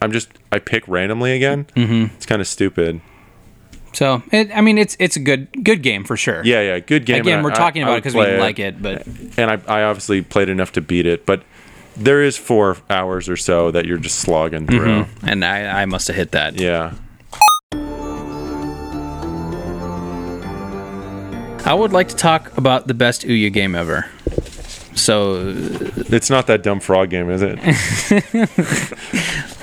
I'm just I pick randomly again. Mm-hmm. It's kind of stupid. So it, I mean, it's it's a good good game for sure. Yeah, yeah, good game. Again, and we're I- I- talking I about it would because we play like it, but and I, I obviously played enough to beat it, but there is four hours or so that you're just slogging through. and I I must have hit that. Yeah. I would like to talk about the best Ouya game ever. So It's not that dumb frog game, is it?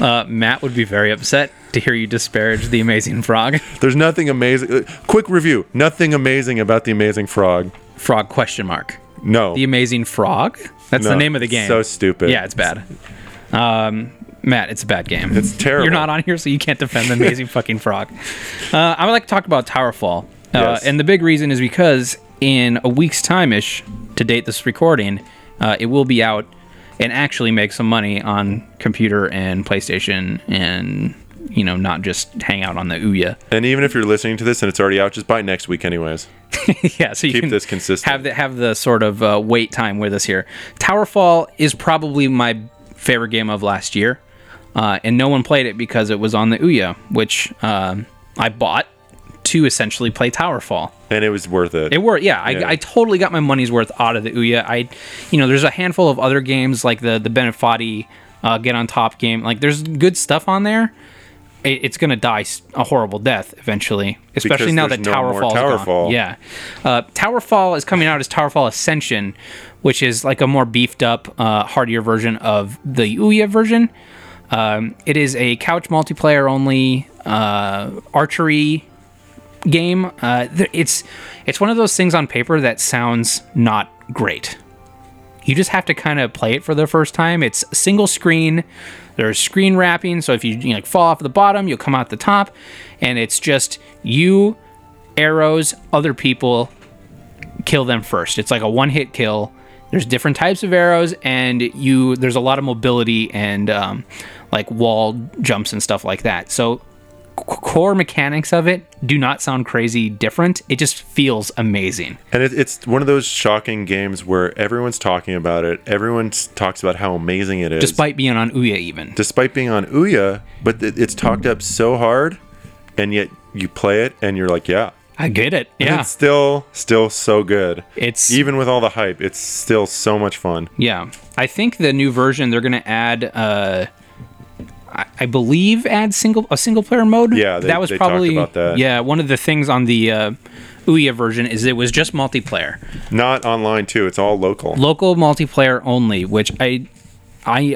uh, Matt would be very upset to hear you disparage the Amazing Frog. There's nothing amazing. uh, Quick review. Nothing amazing about the amazing frog. Frog question mark. No. The Amazing Frog. That's the No, name of the it's game. so stupid. Yeah, it's bad. Um, Matt, it's a bad game. It's terrible. You're not on here, so you can't defend the Amazing fucking Frog. Uh, I would like to talk about Towerfall, uh, Yes. and the big reason is because in a week's time ish to date this recording, uh, it will be out and actually make some money on computer and PlayStation and. You know, not just hang out on the Ouya. and even if you're listening to this and it's already out, just buy it next week, anyways. yeah, so you Keep can this consistent. Have the have the sort of uh, wait time with us here. Towerfall is probably my favorite game of last year, uh, and no one played it because it was on the Ouya, which um, I bought to essentially play Towerfall. And it was worth it. It worked. Yeah, I, I totally got my money's worth out of the Ouya. I, you know, there's a handful of other games like the the Benefati uh, Get on Top game. Like, there's good stuff on there. It, it's gonna die s- a horrible death eventually, especially Because now there's that no more Towerfall. Towerfall. Gone. Yeah, uh, Towerfall is coming out as Towerfall Ascension, which is like a more beefed up, uh, hardier version of the Ouya version. Um, it is a couch multiplayer only uh, archery game. Uh, th- it's it's one of those things on paper that sounds not great. You just have to kind of play it for the first time. It's single screen. There's screen wrapping, so if you, you know, fall off the bottom, you'll come out the top, and it's just you, arrows, other people, kill them first. It's like a one-hit kill. There's different types of arrows, and you there's a lot of mobility and um, like wall jumps and stuff like that. So c- core mechanics of it do not sound crazy different. It just feels amazing. And it, it's one of those shocking games where everyone's talking about it. Everyone s- talks about how amazing it is. Despite being on Ouya even. despite being on Ouya, but it- it's talked up so hard, and yet you play it and you're like, yeah, I get it. And Yeah. it's still still so good. It's- even with all the hype, it's still so much fun. Yeah, I think the new version they're gonna add. Uh, I, I believe add single a single player mode. Yeah, they- that was they talked probably about that. yeah one of the things on the uh, Ouya version is it was just multiplayer, Not online too. It's all local. local multiplayer only, which I. I,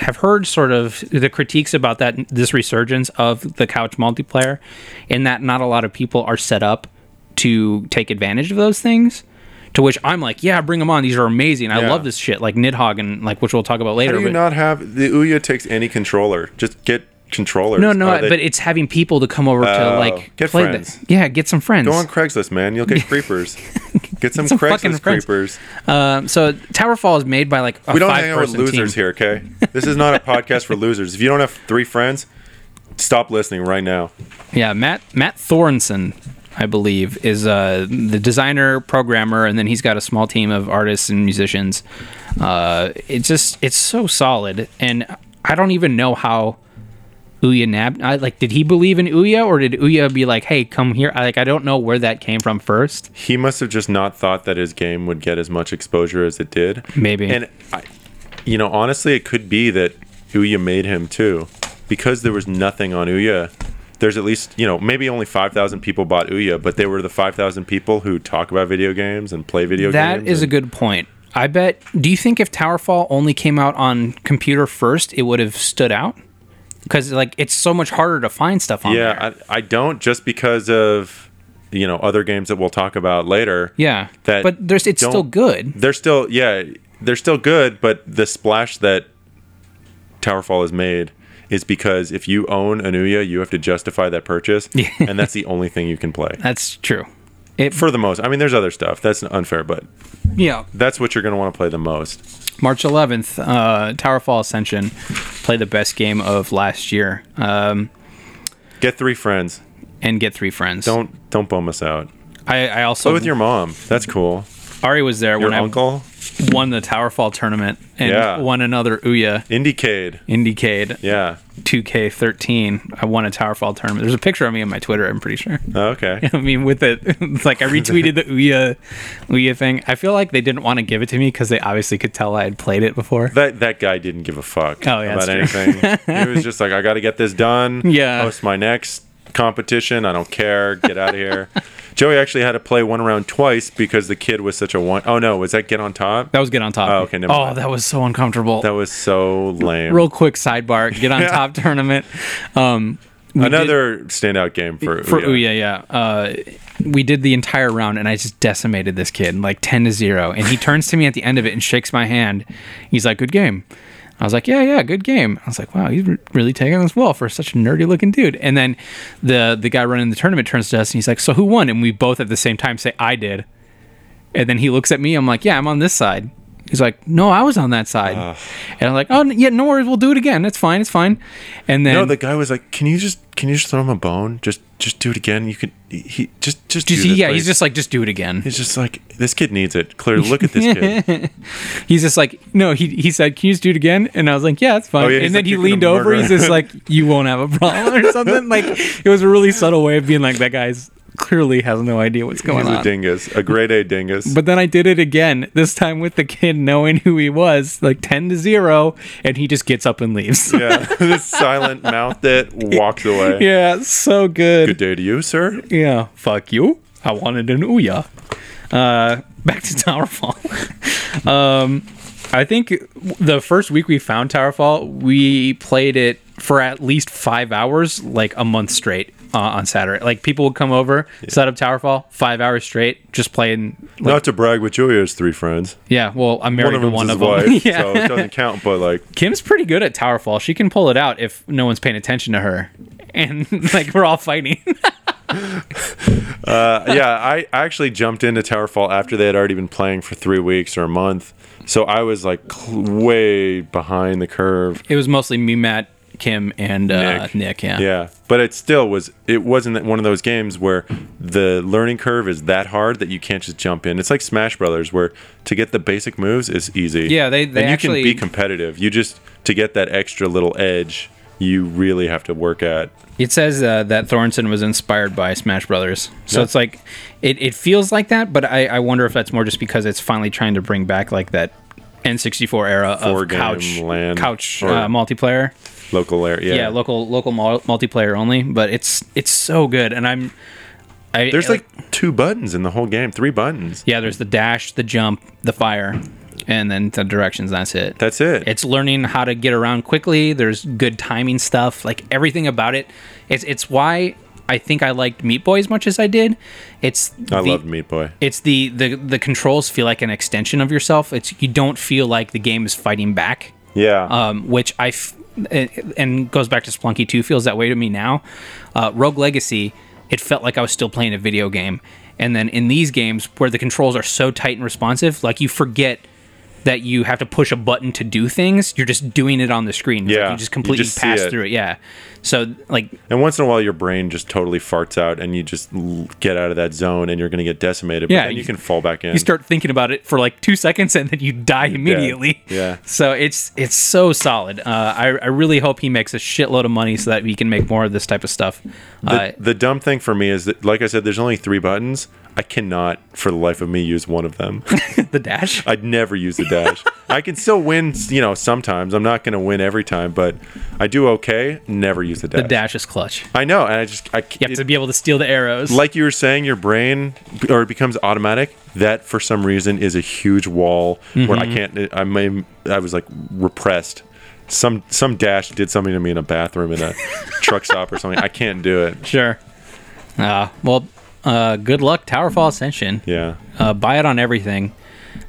I have heard sort of the critiques about that this resurgence of the couch multiplayer, in that not a lot of people are set up to take advantage of those things. To which I'm like, yeah, bring them on. These are amazing. I Yeah. love this shit. Like Nidhogg and like which we'll talk about later. How do you but- not have the Ouya takes any controller? Just get controllers. No, no, Are they- but it's having people to come over to Oh, like get play friends. this. Yeah, get some friends. go on Craigslist, man. You'll get creepers. Get some, some fucking Craigslist friends. creepers. Um, so Tower Fall is made by like a We don't five hang out with person losers team. here, okay? This is not a podcast for losers. If you don't have three friends, stop listening right now. Yeah, Matt Matt Thornson, I believe, is uh, the designer programmer, and then he's got a small team of artists and musicians. Uh, it's just it's so solid, and I don't even know how. Ouya Nab, I, like, did he believe in Ouya, or did Ouya be like, "Hey, come here"? I, like, I don't know where that came from first. He must have just not thought that his game would get as much exposure as it did. Maybe. And I, you know, honestly, it could be that Ouya made him too, because there was nothing on Ouya. There's at least you know maybe only five thousand people bought Ouya, but they were the five thousand people who talk about video games and play video That games. is a good point. I bet. Do you think if Towerfall only came out on computer first, it would have stood out? Because like it's so much harder to find stuff on there. yeah. I, I don't just because of you know other games that we'll talk about later. yeah. that but there's it's still don't- good. they're still yeah they're still good but the splash that towerfall has made is because if you own anuya you have to justify that purchase and that's the only thing you can play That's true. It for the most i mean there's other stuff that's unfair but yeah. that's what you're going to want to play the most March 11th, uh, Towerfall Ascension played the best game of last year. Um, get three friends and get three friends. don't don't bum us out I, I also play with your mom that's cool Ari was there your when uncle I won the Towerfall tournament and Yeah. won another Ouya indiecade Indiecade. yeah 2K13, I won a Towerfall tournament. There's a picture of me on my Twitter. I'm pretty sure. Oh, okay I mean, with it, it's like I retweeted the Ouya, Ouya thing. I feel like they didn't want to give it to me because they obviously could tell I had played it before. that that guy didn't give a fuck Oh, yeah, about that's anything. he was just like, I got to get this done. Yeah. Host my next competition. I don't care. Get out of here. Joey actually had to play one round twice because the kid was such a one oh no, was that get on top? That was get on top. Oh, okay, never oh, mind. that was so uncomfortable. That was so lame. Real quick sidebar: get on Yeah. top tournament. Um, we did- Another standout game for, for Ouya. Ouya, yeah. Uh, we did the entire round, and I just decimated this kid, like ten to zero. And he turns to me at the end of it and shakes my hand. He's like, "Good game." I was like, "Yeah, yeah, good game." I was like, "Wow, he's re- really taking this well for such a nerdy looking dude." And then the the guy running the tournament turns to us and he's like, "So who won?" And we both at the same time say, "I did." And then he looks at me. I'm like, "Yeah, I'm on this side." He's like, "No, I was on that side." and I'm like, "Oh, n- yeah, no worries. We'll do it again. It's fine. It's fine." And then No, the guy was like, "Can you just can you just throw him a bone? Just just do it again. You could he- he just just do Just- this, yeah, please." he's just like, just do it again. He's just like this kid needs it. Clearly, look at this kid. he's just like, no, he, he said, can you just do it again? And I was like, yeah, that's fine. Oh, yeah, he's and like, then he you're gonna leaned over. murder He's him. just like, you won't have a problem or something. like, it was a really subtle way of being like, that guy's clearly has no idea what's going He's a on. dingus, a grade A dingus. But then I did it again, this time with the kid knowing who he was, like 10 to 0, and he just gets up and leaves. Yeah, yeah, this silent mouthed it, walked away. so good. Good day to you, sir. Yeah, fuck you. I wanted an Ouya. Uh, back to Towerfall. um, I think the first week we found Towerfall, we played it for at least five hours, like a month straight uh, on Saturday. Like people would come over, set up Towerfall, five hours straight, just playing. Like, Not to brag, but Julia has three friends. yeah, well, I'm One married of them's to one his of them. wife, yeah. so it doesn't count. But like, Kim's pretty good at Towerfall. She can pull it out if no one's paying attention to her. And like we're all fighting. uh, yeah, I, I actually jumped into Towerfall after they had already been playing for three weeks or a month, so I was like cl- way behind the curve. it was mostly me, Matt, Kim, and uh, Nick. Yeah, but it still was. It wasn't that- one of those games where the learning curve is that hard that you can't just jump in. It's like Smash Brothers, where to get the basic moves is easy. Yeah, they- they and you actually- can be competitive. You just to get that extra little edge, you really have to work at. It says uh, that Thornton was inspired by Smash Brothers, so Yeah. it's like it, it feels like that. But I, I wonder if that's more just because it's finally trying to bring back like that N64 era of Four-game couch LAN couch or- uh, multiplayer. Local area. Yeah, local local mul- multiplayer only, but it's it's so good, and I'm. I, There's like two buttons in the whole game, three buttons. yeah, there's the dash, the jump, the fire, and then the directions. That's it. That's it. It's learning how to get around quickly. There's good timing stuff, like everything about it. It's it's why I think I liked Meat Boy as much as I did. It's the- I love Meat Boy. It's the, the the controls feel like an extension of yourself. It's you don't feel like the game is fighting back, Yeah. um, which I f- and- and goes back to Splunky Two feels that way to me now. Uh, Rogue Legacy, it felt like I was still playing a video game, and then in these games where the controls are so tight and responsive, like you forget that you have to push a button to do things. You're just doing it on the screen. It's like Yeah, you you just completely just see pass it. through it. Yeah, so like and once in a while, your brain just totally farts out, and you just l- get out of that zone, and you're going to get decimated. Yeah, but then you, you- can fall back in. you start thinking about it for like two seconds and then you die immediately. Yeah. So it's it's so solid. Uh, I I really hope he makes a shitload of money so that we can make more of this type of stuff. Uh, the, the dumb thing for me is that, like I said, there's only three buttons. I cannot, for the life of me, use one of them. the dash. I'd never use the dash. I can still win, you know, sometimes. I'm not going to win every time, but I do okay. Never use the dash. The dash is clutch. I know, and I just, I You have it- to be able to steal the arrows. like you were saying, your brain or it becomes automatic. That for some reason is a huge wall where I can't. I may I was like repressed. Some some dash did something to me in a bathroom in a truck stop or something. I can't do it. sure. Uh, well, uh, good luck Towerfall Ascension. Yeah, Uh, buy it on everything.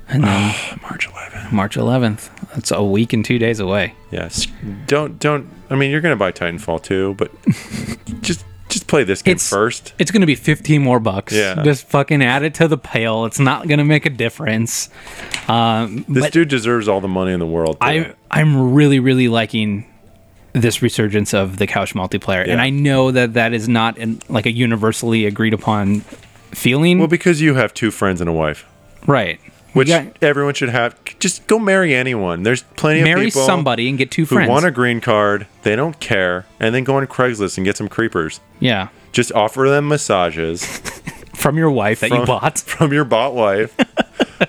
And then March 11. March 11th. That's a week and two days away. Yes. Don't don't. I mean, you're gonna buy Titanfall too, but just just play this game It's- first. It's gonna be fifteen more bucks. Yeah. Just fucking add it to the pile. It's not gonna make a difference. Um, This but dude deserves all the money in the world. too. I I'm really really liking this resurgence of the couch multiplayer, and Yeah. I know that that is not an, like a universally agreed upon feeling. well because you have two friends and a wife. right. Which Yeah. everyone should have. Just go marry anyone. There's plenty of marry people. somebody and get two who friends. want a green card, they don't care, and then go on Craigslist and get some creepers. yeah. Just offer them massages From your wife that you From- bought. from your bot wife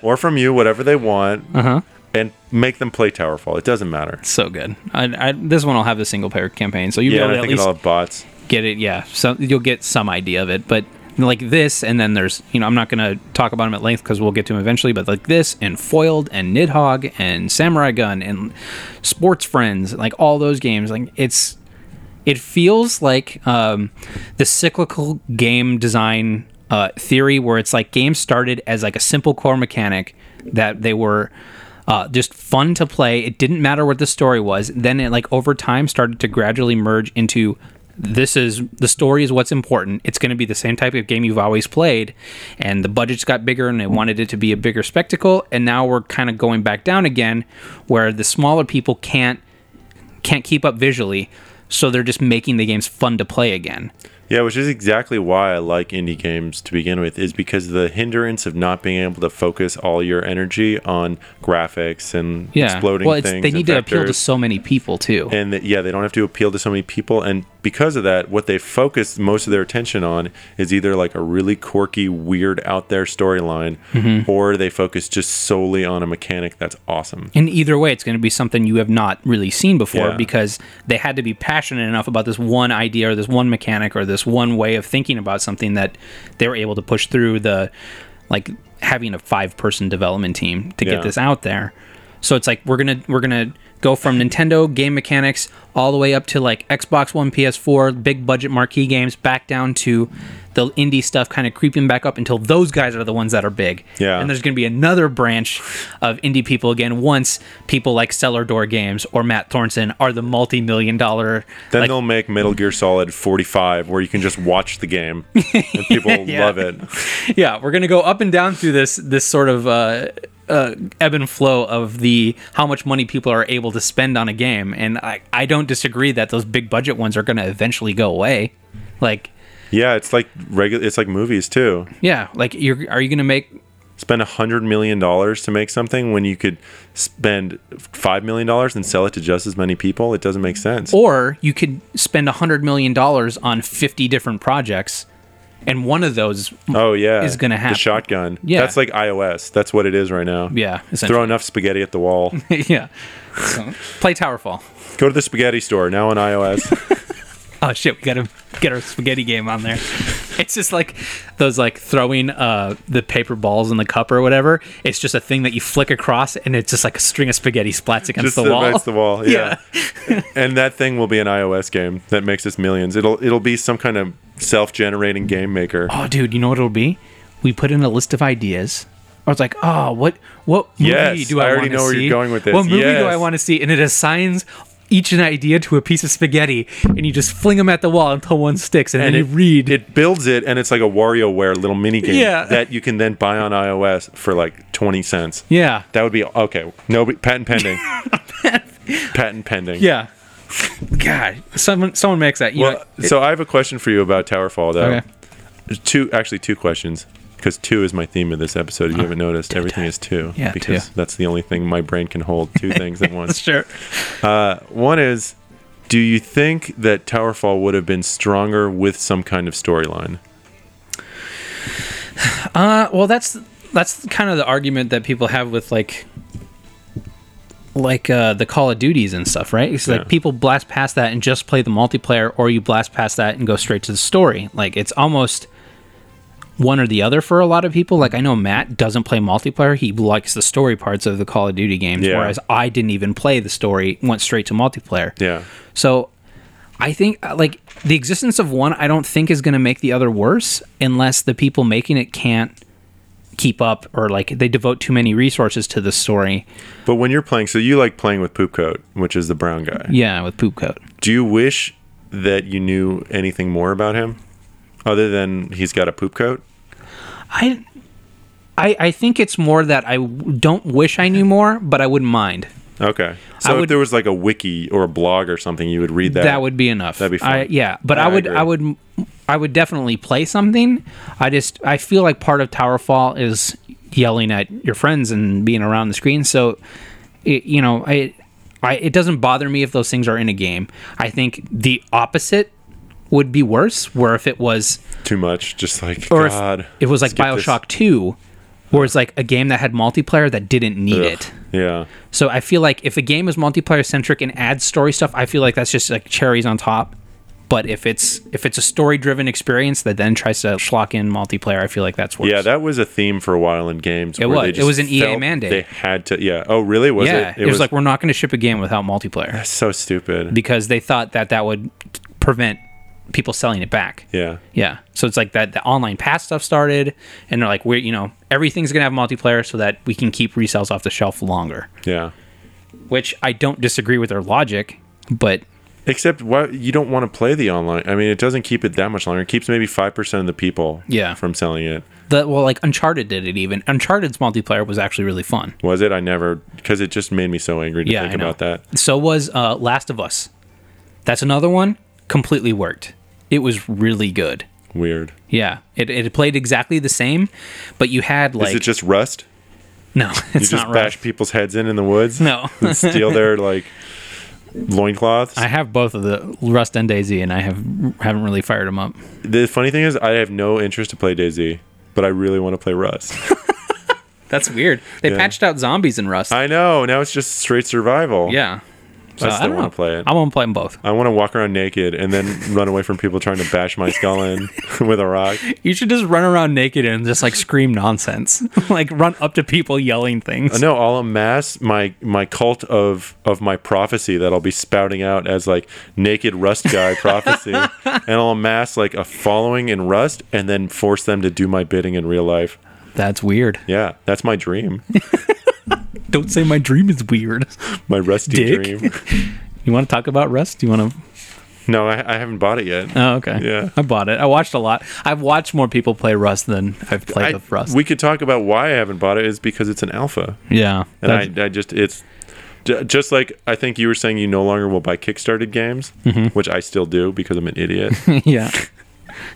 or from you, whatever they want, Uh-huh. and make them play Towerfall. It doesn't matter. So good. I, I, this one will have the single player campaign, so you'll Yeah, be and able I to at think it's least all bots. get it. Yeah, so you'll get some idea of it, but like this, and then there's you know I'm not gonna talk about them at length because we'll get to them eventually, but like this and foiled and Nidhogg and Samurai Gun and Sports Friends, like all those games, like it's it feels like um, the cyclical game design uh, theory where it's like games started as like a simple core mechanic that they were uh, just fun to play it didn't matter what the story was then it like over time started to gradually merge into this is the story is what's important it's going to be the same type of game you've always played and the budgets got bigger and they wanted it to be a bigger spectacle and now we're kind of going back down again where the smaller people can't can't keep up visually, so they're just making the games fun to play again. Yeah, which is exactly why I like indie games to begin with, is because the hindrance of not being able to focus all your energy on graphics and exploding well, it's, things. they and need to appeal to vectors. so many people too. and that, yeah, they don't have to appeal to so many people. And because of that, what they focus most of their attention on is either like a really quirky, weird, out there storyline, Mm-hmm. or they focus just solely on a mechanic that's awesome. And either way, it's going to be something you have not really seen before Yeah. because they had to be passionate enough about this one idea or this one mechanic or this one way of thinking about something that they were able to push through the like having a five person development team to Yeah. get this out there. So it's like we're gonna we're gonna go from Nintendo game mechanics all the way up to like Xbox One, PS4, big budget marquee games, back down to the indie stuff, kind of creeping back up until those guys are the ones that are big. Yeah. And there's going to be another branch of indie people again once people like Cellar Door Games or Matt Thornton are the multi-million dollar Then like, they'll make Metal Gear Solid 45, where you can just watch the game and people Yeah. love it. yeah, we're going to go up and down through this this sort of uh, uh, ebb and flow of the how much money people are able to spend on a game and I I don't disagree that those big budget ones are going to eventually go away. Like Yeah, it's like regular. It's like movies too. yeah, like you're are you going to make Spend a hundred million dollars to make something when you could spend five million dollars and sell it to just as many people. It doesn't make sense. or you could spend a hundred million dollars on fifty different projects and one of those Oh yeah, is gonna happen. The shotgun. Yeah. that's like iOS. That's what it is right now. Yeah, Throw essentially. enough spaghetti at the wall. yeah. So, play Towerfall. Go to the spaghetti store now on iOS. Oh shit, we gotta get our spaghetti game on there. It's just like those like throwing uh the paper balls in the cup or whatever. It's just a thing that you flick across and it's just like a string of spaghetti splats against Just the wall. against the wall. Yeah. Yeah. and that thing will be an iOS game that makes us millions. It'll it'll be some kind of self-generating game maker. Oh dude, you know what it'll be? We put in a list of ideas. I was like, oh, what what movie Yes, do I, I already want know to where see? you're going with this. What movie do Yes. I want to see? And it assigns each an idea to a piece of spaghetti, and you just fling them at the wall until one sticks, and, And then it, you read. it builds it, and it's like a WarioWare little mini game Yeah. that you can then buy on iOS for like twenty cents. yeah, That would be okay. No patent pending. patent pending. yeah. God, someone someone makes that. You know, Well, so I have a question for you about Towerfall, though. Okay. There's two, actually, two questions, because two is my theme of this episode. Uh, If you haven't noticed, everything is two, Yeah, because two. that's the only thing my brain can hold two things at once. sure. One is, do you think that Towerfall would have been stronger with some kind of storyline? Uh, well, that's that's kind of the argument that people have with like like uh, the Call of Duties and stuff, right? It's Yeah. like people blast past that and just play the multiplayer, or you blast past that and go straight to the story. Like it's almost one or the other for a lot of people. Like I know Matt doesn't play multiplayer; he likes the story parts of the Call of Duty games, Yeah. whereas I didn't even play the story; went straight to multiplayer. Yeah. So I think uh, like the existence of one I don't think is going to make the other worse unless the people making it can't keep up or like they devote too many resources to the story. But when you're playing, so you like playing with Poopcoat, which is the brown guy. Yeah, with poop coat. Do you wish that you knew anything more about him, other than he's got a poop coat? I I I think it's more that I w- don't wish I knew more, but I wouldn't mind. Okay. So if would- there was like a wiki or a blog or something, you would read that. That, would be enough. that'd be fun. I, yeah, but Yeah, I I would agree. I, would I would definitely play something. I just I feel like part of Towerfall is yelling at your friends and being around the screen. So it, you know, I, I it doesn't bother me if those things are in a game. I think the opposite would be worse, where if it was too much. Just like or God, if it was like skip this. BioShock 2 where it's like a game that had multiplayer that didn't need Ugh. it. Yeah, So I feel like if a game is multiplayer centric and adds story stuff, I feel like that's just like cherries on top. But if it's if it's a story driven experience that then tries to schlock in multiplayer, I feel like that's worse. yeah. That was a theme for a while in games. It where was. They It just was an EA felt mandate. They had to. Yeah. Oh, really? Was yeah. it? It, was, like we're not going to ship a game without multiplayer so stupid. because they thought that that would prevent people selling it back. Yeah. Yeah. So it's like that the online pass stuff started and they're like we're you know everything's going to have multiplayer so that we can keep resales off the shelf longer, Yeah. which I don't disagree with their logic, but Except why you don't want to play the online. I mean, it doesn't keep it that much longer. It keeps maybe five percent of the people. Yeah. From selling it. The, well, like Uncharted did it even. Uncharted's multiplayer was actually really fun. Was it? I never because it just made me so angry to Yeah, think I know. about that. So was uh, Last of Us. That's another one. Completely worked. It was really good. Weird. Yeah, it, it played exactly the same, but you had like Is it just rust? no, You it's just not right. bash people's heads in in the woods? No. and steal their like loincloths. I have both of the Rust and Daisy, and I have haven't really fired them up. The funny thing is, I have no interest to play DayZ, but I really want to play Rust. That's weird. They patched out zombies in Rust. I know. Now it's just straight survival. yeah, so I I, still don't want want to play it. I won't play them both. I want to walk around naked and then run away from people trying to bash my skull in with a rock. You should just run around naked and just like scream nonsense, like run up to people yelling things. No, I'll amass my my cult of of my prophecy that I'll be spouting out as like naked Rust guy prophecy, and I'll amass like a following in Rust, and then force them to do my bidding in real life. That's weird. Yeah, that's my dream, Don't say my dream is weird. my rusty Dick. dream. You want to talk about Rust? Do you want to? No, I, I haven't bought it yet. Oh, okay. Yeah. I bought it. I watched a lot. I've watched more people play Rust than I've played I- with Rust. We could talk about why I haven't bought it is because it's an alpha, yeah. and That's- I, I just it's ju- just like I think you were saying you no longer will buy kickstarted games, Mm-hmm. which I still do because I'm an idiot. yeah.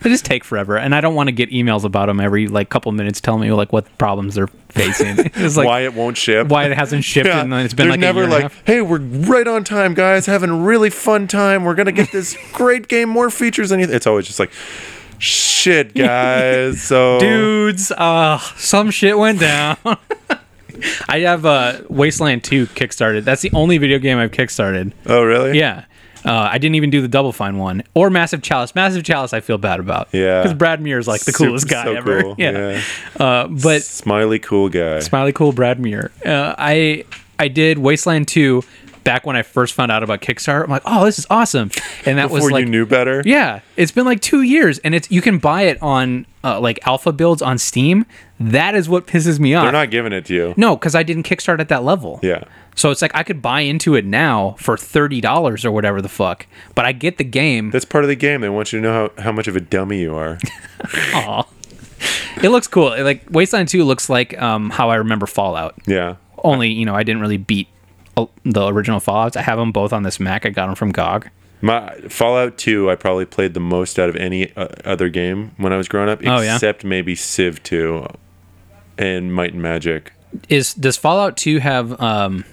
They just take forever, and I don't want to get emails about them every like couple minutes telling me like what problems they're facing. It's like why why, it won't ship? it hasn't shipped, Yeah, and then it's been they're like a never year like, and a half. hey, we're right on time, guys. Having a really fun time. We're gonna get this great game, more features than you. It's always just like, shit, guys. So dudes, uh, some shit went down. I have uh, Wasteland 2 kickstarted. That's the only video game I've kickstarted. Oh really? Yeah. Uh, I didn't even do the Double Fine one or Massive Chalice. Massive Chalice, I feel bad about. Yeah. Because Brad Muir is like the Super- coolest guy so ever. cool, Yeah. Uh, but Smiley cool guy. Smiley Cool Brad Muir. Uh, I I did Wasteland 2 back when I first found out about Kickstarter. I'm like, oh, this is awesome. And that Before was like you knew better. yeah, it's been like two years, and it's you can buy it on uh, like alpha builds on Steam. That is what pisses me off. They're not giving it to you. no, because I didn't kickstart at that level. Yeah. So it's like I could buy into it now for thirty dollars or whatever the fuck, but I get the game. That's part of the game. They want you to know how, how much of a dummy you are. Aw. it looks cool. It, Like Wasteland Two looks like um, how I remember Fallout. Yeah. Only you know I didn't really beat uh, the original Fallout. I have them both on this Mac. I got them from GOG. My Fallout 2, I probably played the most out of any uh, other game when I was growing up, Oh, yeah? except maybe Civ 2 and Might and Magic. is does Fallout 2 have um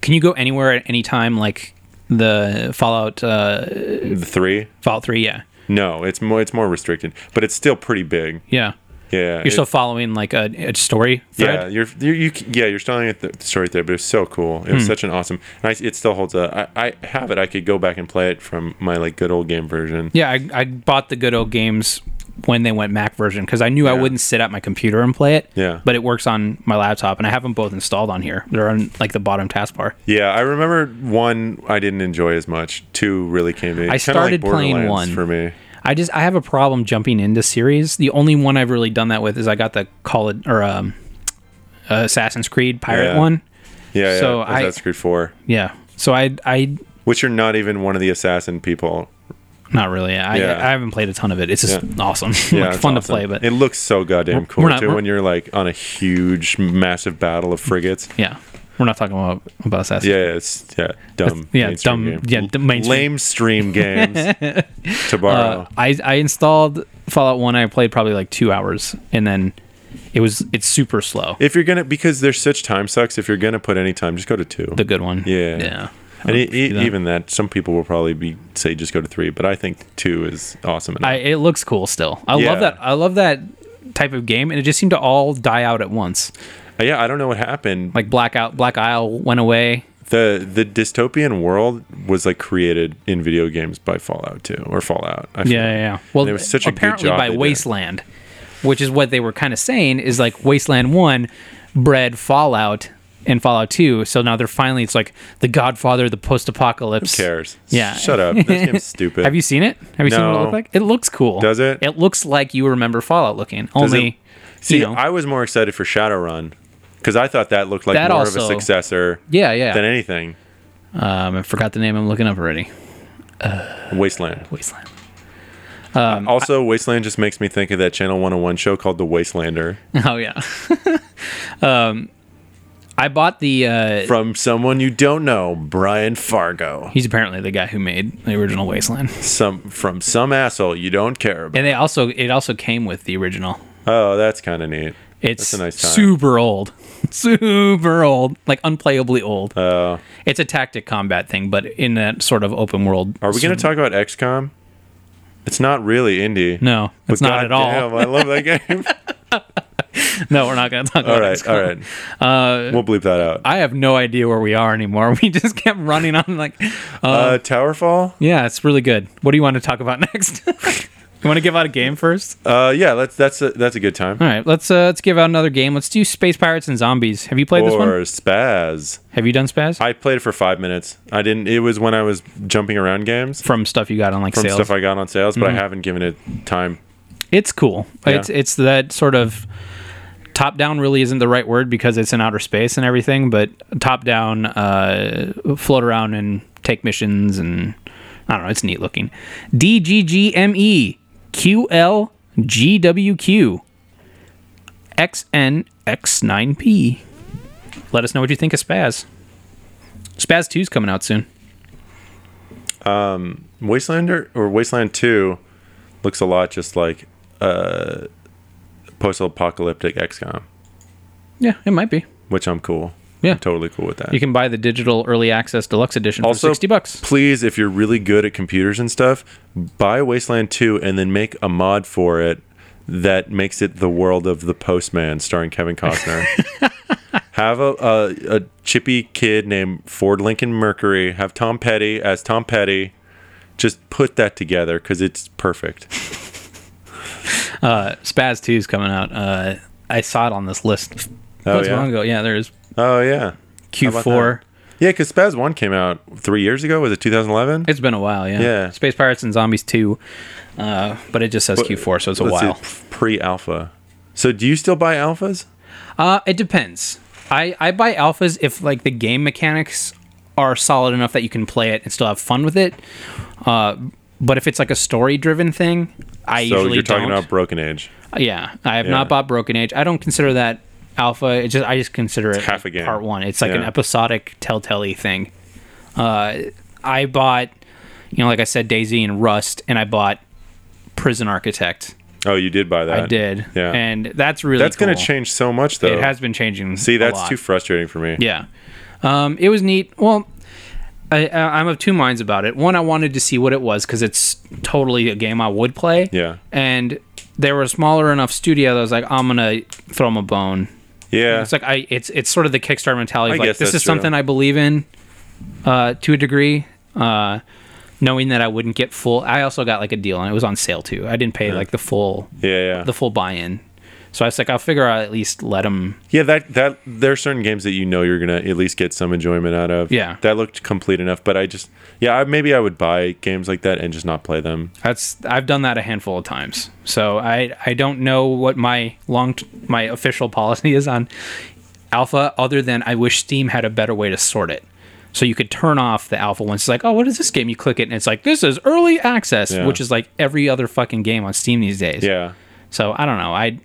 can you go anywhere at any time like the Fallout uh The 3? Fallout 3 yeah No, it's more it's more restricted, but it's still pretty big. yeah Yeah. you're still following like a, a story yeah, thread you're, you're you c- yeah you're starting at the story there, but it's so cool. It was Hmm. such an awesome. And I, it still holds up. I, I have it. I could go back and play it from my like good old game version. yeah, I, I bought the good old games when they went Mac version because I knew I wouldn't sit at my computer and play it Yeah. but it works on my laptop and I have them both installed on here they're on like the bottom taskbar Yeah, I remember one I didn't enjoy as much. Two really came in. I started playing one. for me. I just I have a problem jumping into series. The only one I've really done that with is I got the Call it or um Assassin's Creed pirate Yeah. one Yeah, yeah. So So I- Assassin's Creed Four, yeah so I I which you're not even one of the assassin people. Not really. I, Yeah. I haven't played a ton of it. It's just Yeah. awesome. Yeah, like, it's fun to awesome. play, but it looks so goddamn cool we're not- too we're- when you're like on a huge, massive battle of frigates. yeah, we're not talking about about Assassin's. Yeah, it's yeah, dumb. yeah, mainstream dumb- game. yeah, dumb mainstream. lame stream games. to Uh, borrow, I I installed Fallout One. I played probably like two hours, and then it was it's super slow. if you're gonna because there's such time sucks. If you're gonna put any time, just go to two. the good one. Yeah. yeah. and e- e- that. even that, some people will probably be say just go to three, but I think two is awesome. enough. I it looks cool still. I Yeah. love that. I love that type of game, and it just seemed to all die out at once. Uh, Yeah, I don't know what happened. Like Blackout, Black Isle went away. the the dystopian world was like created in video games by Fallout 2 or Fallout. I feel. Yeah, yeah. yeah. Well, There was such a good apparently job by they did. Wasteland, which is what they were kind of saying is like Wasteland One bred Fallout and Fallout Two. So now they're finally it's like the Godfather, of the post-apocalypse. Who cares? Yeah. Shut up. This game's stupid. Have you seen it? Have you seen what it No. looked like? It looks cool. Does it? It looks like you remember Fallout looking. Does it- Only, See, you know, I was more excited for Shadowrun because I thought that looked like That more of also- a successor yeah, yeah. than anything. um, I forgot the name. I'm looking up already. Wasteland. Wasteland. Um, also, Wasteland just makes me think of that Channel 101 show called The Wastelander Oh yeah. um, I bought the. Uh, from someone you don't know, Brian Fargo. he's apparently the guy who made the original Wasteland. Some from some asshole you don't care about. and they also it also came with the original. Oh, that's kind of neat. It's a nice time. super old, super old, like unplayably old. Uh, it's a tactic combat thing, but in that sort of open world. are we going to talk about XCOM? It's not really indie. No, it's But not at all. goddamn, I love that game. No, we're not Uh, going to talk all about right, this. all right. we'll bleep that out. I have no idea where we are anymore. We just kept running on like, uh, uh, Towerfall. yeah, it's really good. What do you want to talk about next? you want to give out a game first? Uh, yeah, that's that's a, that's a good time. All right, let's uh, let's give out another game. Let's do Space Pirates and Zombies. Have you played this Or one? Spaz. Have you done Spaz? I played it for five minutes. I didn't. It was when I was jumping around games From stuff you got on like from sales. Hmm. stuff I got on sales, but I haven't given it time. it's cool. It's it's that sort of top down really isn't the right word because it's in outer space and everything, but top down uh, float around and take missions and I don't know, it's neat looking. D G G M E Q L G W Q X N X nine P. Let us know what you think of Spaz. Spaz 2's coming out soon. Wastelander or Wasteland Two looks a lot just like uh, post-apocalyptic XCOM, Yeah, it might be. which I'm cool. Yeah. I'm totally cool with that. You can buy the digital early access deluxe edition also, for 60 bucks. Please, if you're really good at computers and stuff, buy Wasteland 2 and then make a mod for it that makes it the world of the postman starring Kevin Costner. have a, a, a chippy kid named Ford Lincoln Mercury, have Tom Petty as Tom Petty. Just put that together because it's perfect. Uh, Spaz 2 is coming out. Uh, I saw it on this list. Oh, Not too yeah? long ago. Yeah, there's Oh, yeah. about Q4. Yeah, because Spaz 1 came out three years ago. Was it 2011? It's been a while, yeah. Yeah. Space Pirates and Zombies 2. Uh, but it just says Q4, so it's a Let's see, while. Pre alpha. So, do you still buy alphas? Uh, it depends. I, I buy alphas if like the game mechanics are solid enough that you can play it and still have fun with it. Uh, but if it's like a story driven thing, I So, usually you're talking don't. about Broken Age. yeah, I have Yeah. not bought Broken Age. I don't consider that alpha. It just I just consider it half like a game. part one. It's like an Yeah. episodic telltale thing. Uh, I bought, you know, like I said, Daisy and Rust, and I bought Prison Architect. Oh, you did buy that. I did, Yeah. and that's really that's going to cool. change so much, though. It has been changing. See, a that's lot. too frustrating for me. Yeah. Um, it was neat. Well, I, I- I'm of two minds about it. One, I wanted to see what it was because it's totally a game I would play. Yeah. And they were a smaller enough studio that I was like, I'm gonna throw them a bone. Yeah. It's like I, it's it's sort of the Kickstarter mentality. Of I like guess this that's is something true. I believe in, uh, to a degree. Uh, knowing that I wouldn't get full. I also got like a deal and it was on sale too. I didn't pay like the full, yeah, yeah. the full buy-in. So I was like, I'll figure out at least let them yeah, that that there are certain games that you know you're going to at least get some enjoyment out of. Yeah. That looked complete enough, but I just yeah, I, maybe I would buy games like that and just not play them. That's I've done that a handful of times. So I I don't know what my long my official policy is on alpha other than I wish Steam had a better way to sort it. So you could turn off the alpha ones. It's like, "Oh, what is this game?" You click it and it's like, "This is early access," Yeah. which is like every other fucking game on Steam these days. Yeah. So I don't know. I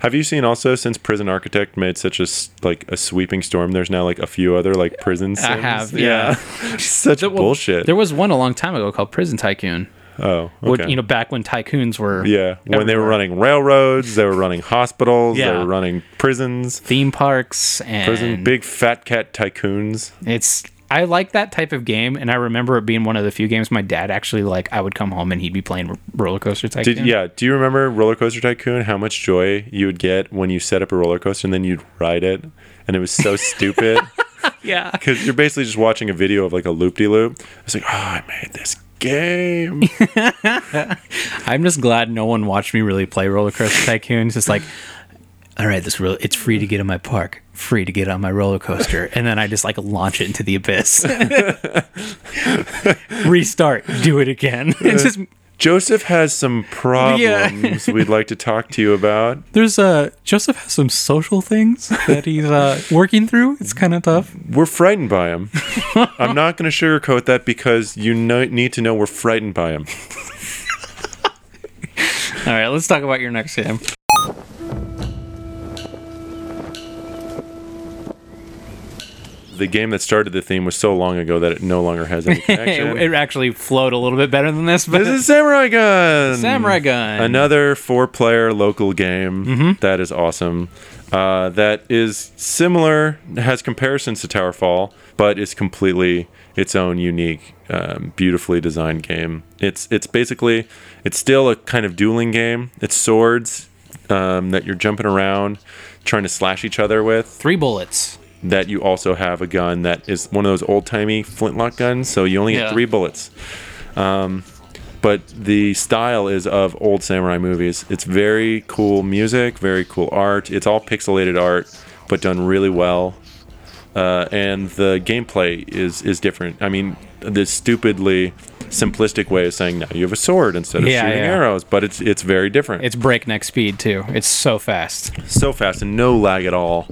Have you seen also since Prison Architect made such a s- like a sweeping storm? There's now like a few other like prison. Sims. I have, yeah. such bullshit. There was one a long time ago called Prison Tycoon. oh, Which, okay. you know, back when tycoons were yeah, when they were everywhere. running railroads, they were running hospitals, they Yeah. were running prisons, theme parks and prison big fat cat tycoons. It's I like that type of game, and I remember it being one of the few games my dad actually like. I would come home and he'd be playing R- Roller Coaster Tycoon. Did, yeah. Do you remember Roller Coaster Tycoon? How much joy you would get when you set up a roller coaster and then you'd ride it, and it was so stupid yeah. because you're basically just watching a video of like a loop de loop. It's like, oh, I made this game. I'm just glad no one watched me really play Roller Coaster Tycoon. It's just like, all right, this real, it's free to get in my park, free to get on my roller coaster, and then I just like launch it into the abyss. Restart, do it again. It's just Joseph has some problems we'd like to talk to you about. there's uh Joseph has some social things that he's uh working through. It's kind of tough. We're frightened by him. I'm not going to sugarcoat that because you know, need to know we're frightened by him. All right, let's talk about your next game. The game that started the theme was so long ago that it no longer has any connection. it, it actually flowed a little bit better than this, but This is Samurai Gun. Samurai Gun. Mm-hmm. Another four-player local game That is awesome. Uh, that is similar, has comparisons to Towerfall, but is completely its own unique, um, beautifully designed game. It's it's basically it's still a kind of dueling game. It's swords um, that you're jumping around, trying to slash each other with three bullets. that you also have a gun that is one of those old timey flintlock guns, so you only get Yeah. three bullets. Um, but the style is of old samurai movies. It's very cool music, very cool art. It's all pixelated art, but done really well. Uh, and the gameplay is is different. I mean, this stupidly simplistic way of saying now you have a sword instead of Yeah, shooting yeah. arrows, but it's it's very different It's breakneck speed too. It's so fast. so fast and no lag at all.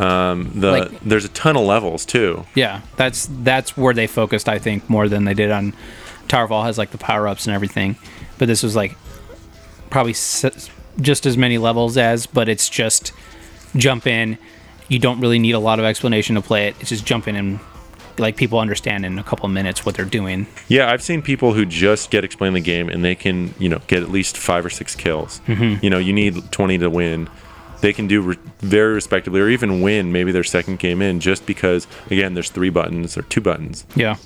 Um, the Like- there's a ton of levels too. Yeah, that's that's where they focused, I think, more than they did on Towerfall has like the power ups and everything, but this was like probably s- just as many levels as, but it's just jump in. You don't really need a lot of explanation to play it. It's just jump in and like people understand in a couple of minutes what they're doing. Yeah, I've seen people who just get explained Mm-hmm. the game and they can you know get at least five or six kills. You know, you need 20 to win. they can do re- very respectably or even win maybe their second game in just because again there's three buttons or two buttons Yeah.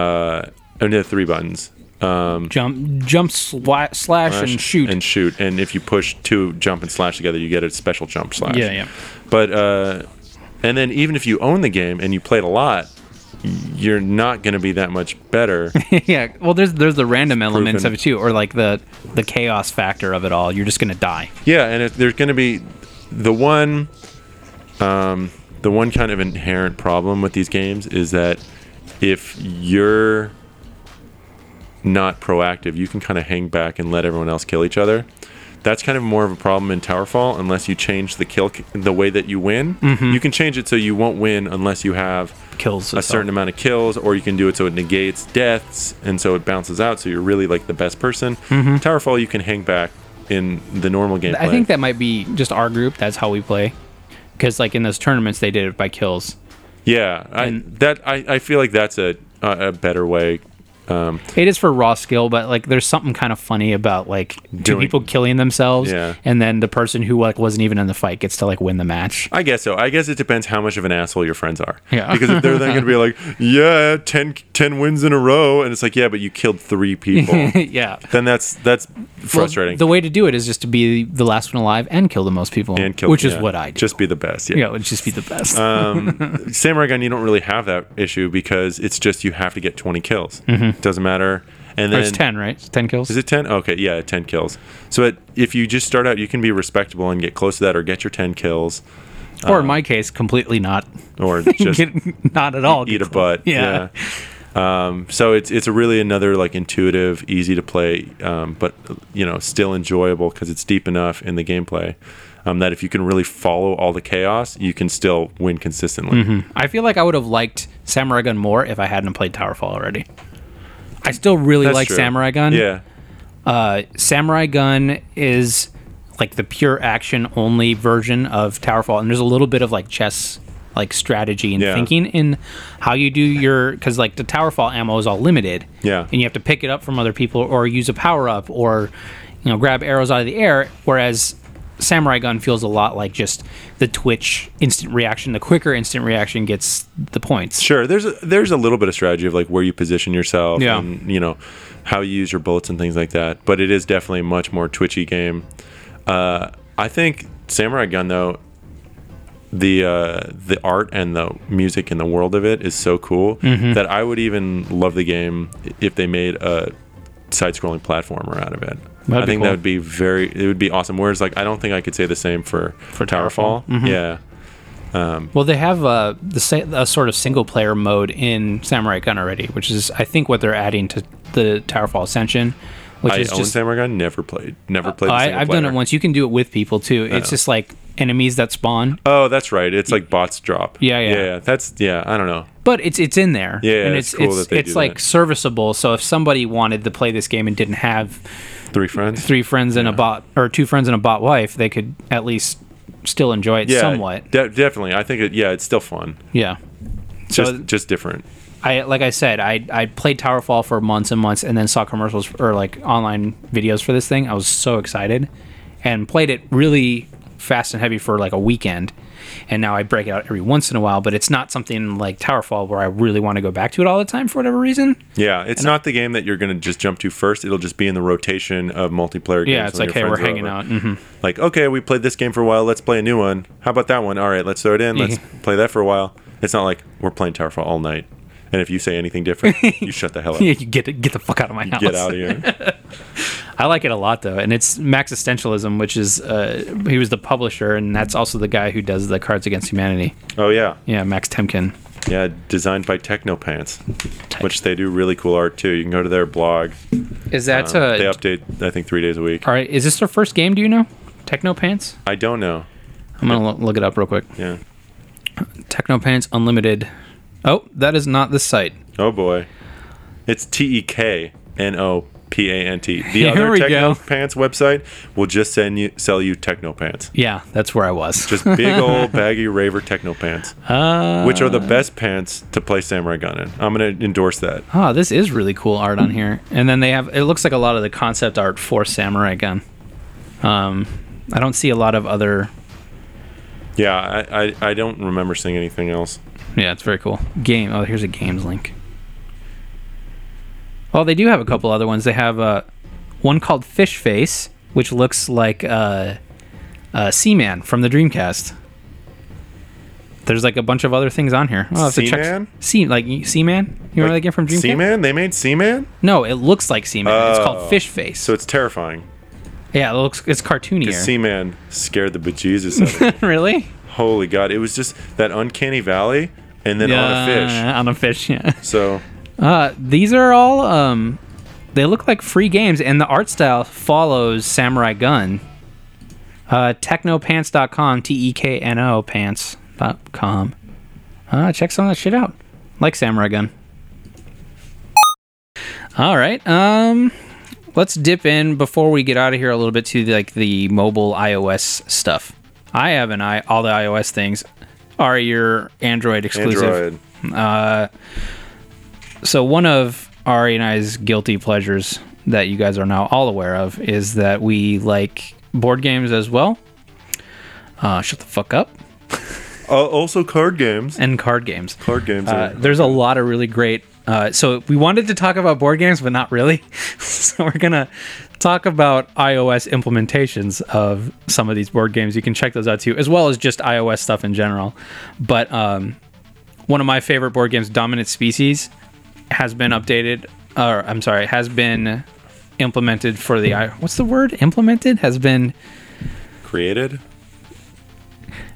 uh or no three buttons Jump, jump, sla- Hmm. slash, and shoot. and shoot and if you push two jump and slash together you get a special jump slash Yeah, yeah. but uh and then even if you own the game and you played a lot you're not going to be that much better yeah. Well, there's there's the random elements proven. of it too, or like the the chaos factor of it all. You're just gonna die. Yeah, and if there's going to be the one, um, the one kind of inherent problem with these games is that if you're not proactive, you can kind of hang back and let everyone else kill each other. That's kind of more of a problem in Towerfall unless you change the kill c- the way that you win. You can change it so you won't win unless you have Kills a itself. certain amount of kills, or you can do it so it negates deaths and so it bounces out. So you're really like the best person. Towerfall, you can hang back in the normal gameplay. Mm-hmm. I think that might be just our group. That's how we play. Because like in those tournaments, they did it by kills. Yeah, I, that I, I feel like that's a a a better way. It is for raw skill, but like there's something kind of funny about like two Doing- people killing themselves, Yeah. and then the person who like wasn't even in the fight gets to like win the match. I guess so. I guess it depends how much of an asshole your friends are. Yeah. Because if they're then going to be like, yeah, 10, 10 wins in a row, and it's like, yeah, but you killed three people, yeah. then that's that's frustrating. Well, the way to do it is just to be the last one alive and kill the most people, and kill, which is yeah. what I do. Just Uh, be the best. Yeah. yeah, it would just be the best. Samurai Gun, you don't really have that issue because it's just you have to get twenty kills. Mm-hmm. Doesn't matter. And Or then it's ten, right? It's ten kills. Is it 10? Okay, yeah, 10 kills. So it, if you just start out, you can be respectable and get close to that or get your 10 kills or uh, in my case, completely not. or just Get- not at all. eat a butt. Yeah. Yeah. Um, so it's it's a really another like intuitive, easy to play, um, but you know still enjoyable because it's deep enough in the gameplay um, that if you can really follow all the chaos, you can still win consistently. I feel like I would have liked Samurai Gun more if I hadn't played Towerfall already. I still really That's like true. Samurai Gun. Yeah, Uh, Samurai Gun is like the pure action only version of Towerfall, and there's a little bit of like chess, like strategy and Yeah. thinking in how you do your because like the Towerfall ammo is all limited. Yeah. and you have to pick it up from other people or use a power up or you know grab arrows out of the air. Whereas Samurai Gun feels a lot like just the twitch instant reaction. The quicker instant reaction gets the points. sure. There's a, there's a little bit of strategy of like where you position yourself, Yeah. and you know how you use your bullets and things like that. But it is definitely a much more twitchy game. Uh, I think Samurai Gun though the uh, the art and the music and the world of it is so cool Mm-hmm. that I would even love the game if they made a side-scrolling platformer out of it. I be think that cool. would be very it would be awesome. Whereas like I don't think I could say the same for for Towerfall. Mm-hmm. Yeah, Well, they have uh, the sa- a sort of single player mode in Samurai Gun already, which is I think what they're adding to the Towerfall Ascension, which I own is just Samurai Gun. Never played. Never played. Oh, the I, single I've done it player. once. You can do it with people too. It's just like enemies that spawn, Oh, that's right. It's like bots drop. Yeah, yeah. yeah. That's yeah. I don't know. but it's it's in there. Yeah, and it's it's cool it's, that they it's do like that. serviceable. So if somebody wanted to play this game and didn't have Three friends. three friends and a bot or two friends and a bot wife, they could at least still enjoy it Yeah, somewhat. de- definitely. I think it, yeah, it's still fun. Yeah. Just So- just different. I like I said, I I played Towerfall for months and months, and then saw commercials or like online videos for this thing. I was so excited, and played it really fast and heavy for like a weekend. And now I break it out every once in a while, but it's not something like Towerfall where I really want to go back to it all the time for whatever reason. Yeah, it's not the game that you're going to just jump to first. It'll just be in the rotation of multiplayer games. Yeah, it's when like, your hey, we're friends are hanging over. out. hmm Like, okay, we played this game for a while. Let's play a new one. How about that one? All right, let's throw it in. Let's play that for a while. It's not like we're playing Towerfall all night. And if you say anything different, you shut the hell up. Yeah, you get it, get the fuck out of my house. Get out of here. I like it a lot though, and it's Max Existentialism, which is uh, he was the publisher, and that's also the guy who does the Cards Against Humanity. Oh, yeah. Yeah, Max Temkin. Yeah, designed by Technopants, which they do really cool art too. You can go to their blog. Um, Is that uh, They update, I think, three days a week. All right, is this their first game? Do you know? Techno Pants. I don't know. I'm gonna lo- look it up real quick. Yeah. Techno Pants Unlimited. Oh, that is not this site. Oh boy. It's T E K N O P A N T. The Here other we Techno go. Pants website will just send you sell you Techno Pants. Yeah, that's where I was. Just big old baggy raver Techno Pants, uh, which are the best pants to play Samurai Gun in. I'm gonna endorse that. oh, this is really cool art on here. And then they have. It looks like a lot of the concept art for Samurai Gun. Um, I don't see a lot of other Yeah, I, I, I don't remember seeing anything else. Yeah, it's very cool. Game. Oh, here's a games link. Well, they do have a couple other ones. They have uh, one called Fish Face, which looks like uh, uh, Seaman from the Dreamcast. There's like a bunch of other things on here. I'll have to check- Seaman? Sea like Seaman. You remember that game from Dreamcast? Seaman? They made Seaman? No, it looks like Seaman. it's Oh. called Fish Face. So it's terrifying. yeah, it looks it's cartoonier. Seaman scared the bejesus out of me. really? Holy God. It was just that uncanny valley and then on a fish. Yeah, On a fish. Yeah. So Uh, these are all um, they look like free games, and the art style follows Samurai Gun. Uh, technopants.com, T E K N O pants.com. Uh, check some of that shit out. Like Samurai Gun. All right. Um, let's dip in before we get out of here a little bit to like the mobile iOS stuff. I have an i all the iOS things are your Android exclusive. Android. So one of Ari and I's guilty pleasures that you guys are now all aware of is that we like board games as well. Uh, shut the fuck up Uh, also card games. and card games. Card games. Uh, yeah. there's a lot of really great. Uh, so we wanted to talk about board games, but not really. so we're gonna talk about iOS implementations of some of these board games. You can check those out too, as well as just iOS stuff in general. But um, one of my favorite board games, Dominant Species, has been updated. Or I'm sorry, has been implemented for the i. What's the word? Implemented has been Created?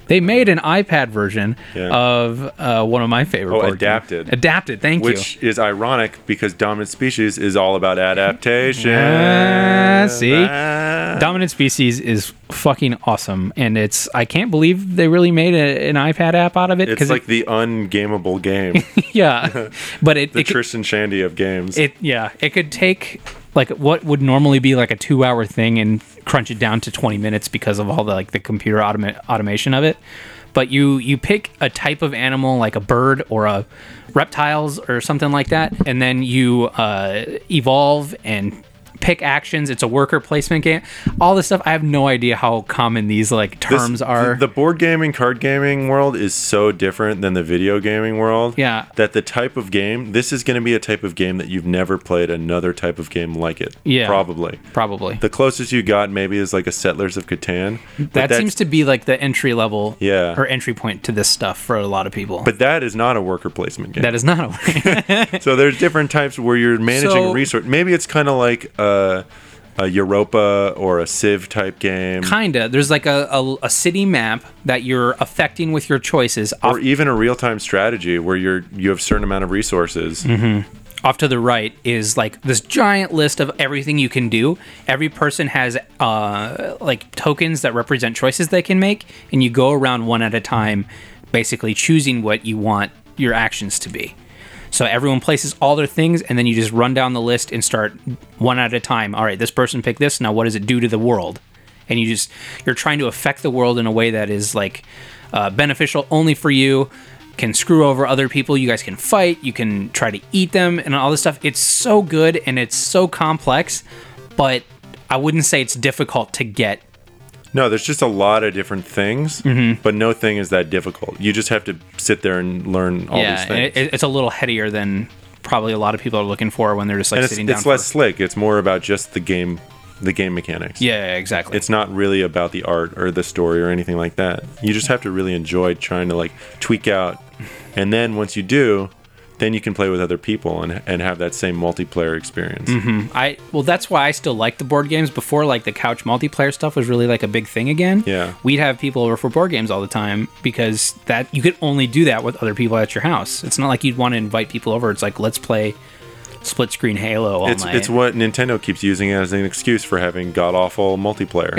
they made an iPad version Yeah. of uh, one of my favorite. Oh, board games. adapted. Adapted. Thank you. Which is ironic because Dominant Species is all about adaptation. Uh, Yeah, Uh, see? Ah. Dominant Species is fucking awesome, and it's I can't believe they really made a, an iPad app out of it. It's 'cause like the ungameable game, it, yeah, but it the it, could- Tristan Shandy of games. it yeah it could take like what would normally be like a two hour thing and crunch it down to twenty minutes because of all the like the computer automa- automation of it. But you you pick a type of animal like a bird or a reptiles or something like that, and then you uh, evolve and pick actions it's a worker placement game all this stuff i have no idea how common these like This- terms are th- the board gaming, card gaming world is so different than the video gaming world. Yeah. that the type of game this is going to be a type of game that you've never played another type of game like it. Yeah. probably. Probably. The closest you got maybe is like a Settlers of Catan. but that that's- seems to be like the entry level Yeah. or entry point to this stuff for a lot of people. But that is not a worker placement game. that is not a way. so there's different types where you're managing So- resource. Maybe it's kind of like a, a Europa or a Civ type game, Kinda. There's like a, a, a city map that you're affecting with your choices off, or even a real time strategy where you're you have certain amount of resources. off to the right is like this giant list of everything you can do. Every person has uh, like tokens that represent choices they can make, and you go around one at a time, basically choosing what you want your actions to be. So everyone places all their things, and then you just run down the list and start one at a time. All right, this person picked this. Now, what does it do to the world? And you just you're trying to affect the world in a way that is like uh, beneficial only for you. Can screw over other people. You guys can fight. You can try to eat them and all this stuff. It's so good and it's so complex, but I wouldn't say it's difficult to get. No, there's just a lot of different things, Mm-hmm. but no thing is that difficult. You just have to sit there and learn all these and things. it, it's a little headier than probably a lot of people are looking for when they're just like and it's, sitting down. it's for- less slick. It's more about just the game, the game mechanics. yeah, exactly. It's not really about the art or the story or anything like that. You just have to really enjoy trying to like tweak out, and then once you do, then you can play with other people and and have that same multiplayer experience. Mm-hmm. I well, that's why I still like the board games. Before, like the couch multiplayer stuff was really like a big thing again. Yeah. we'd have people over for board games all the time because that you could only do that with other people at your house. It's not like you'd want to invite people over. It's like let's play split screen Halo all It's night. it's what Nintendo keeps using as an excuse for having god awful multiplayer.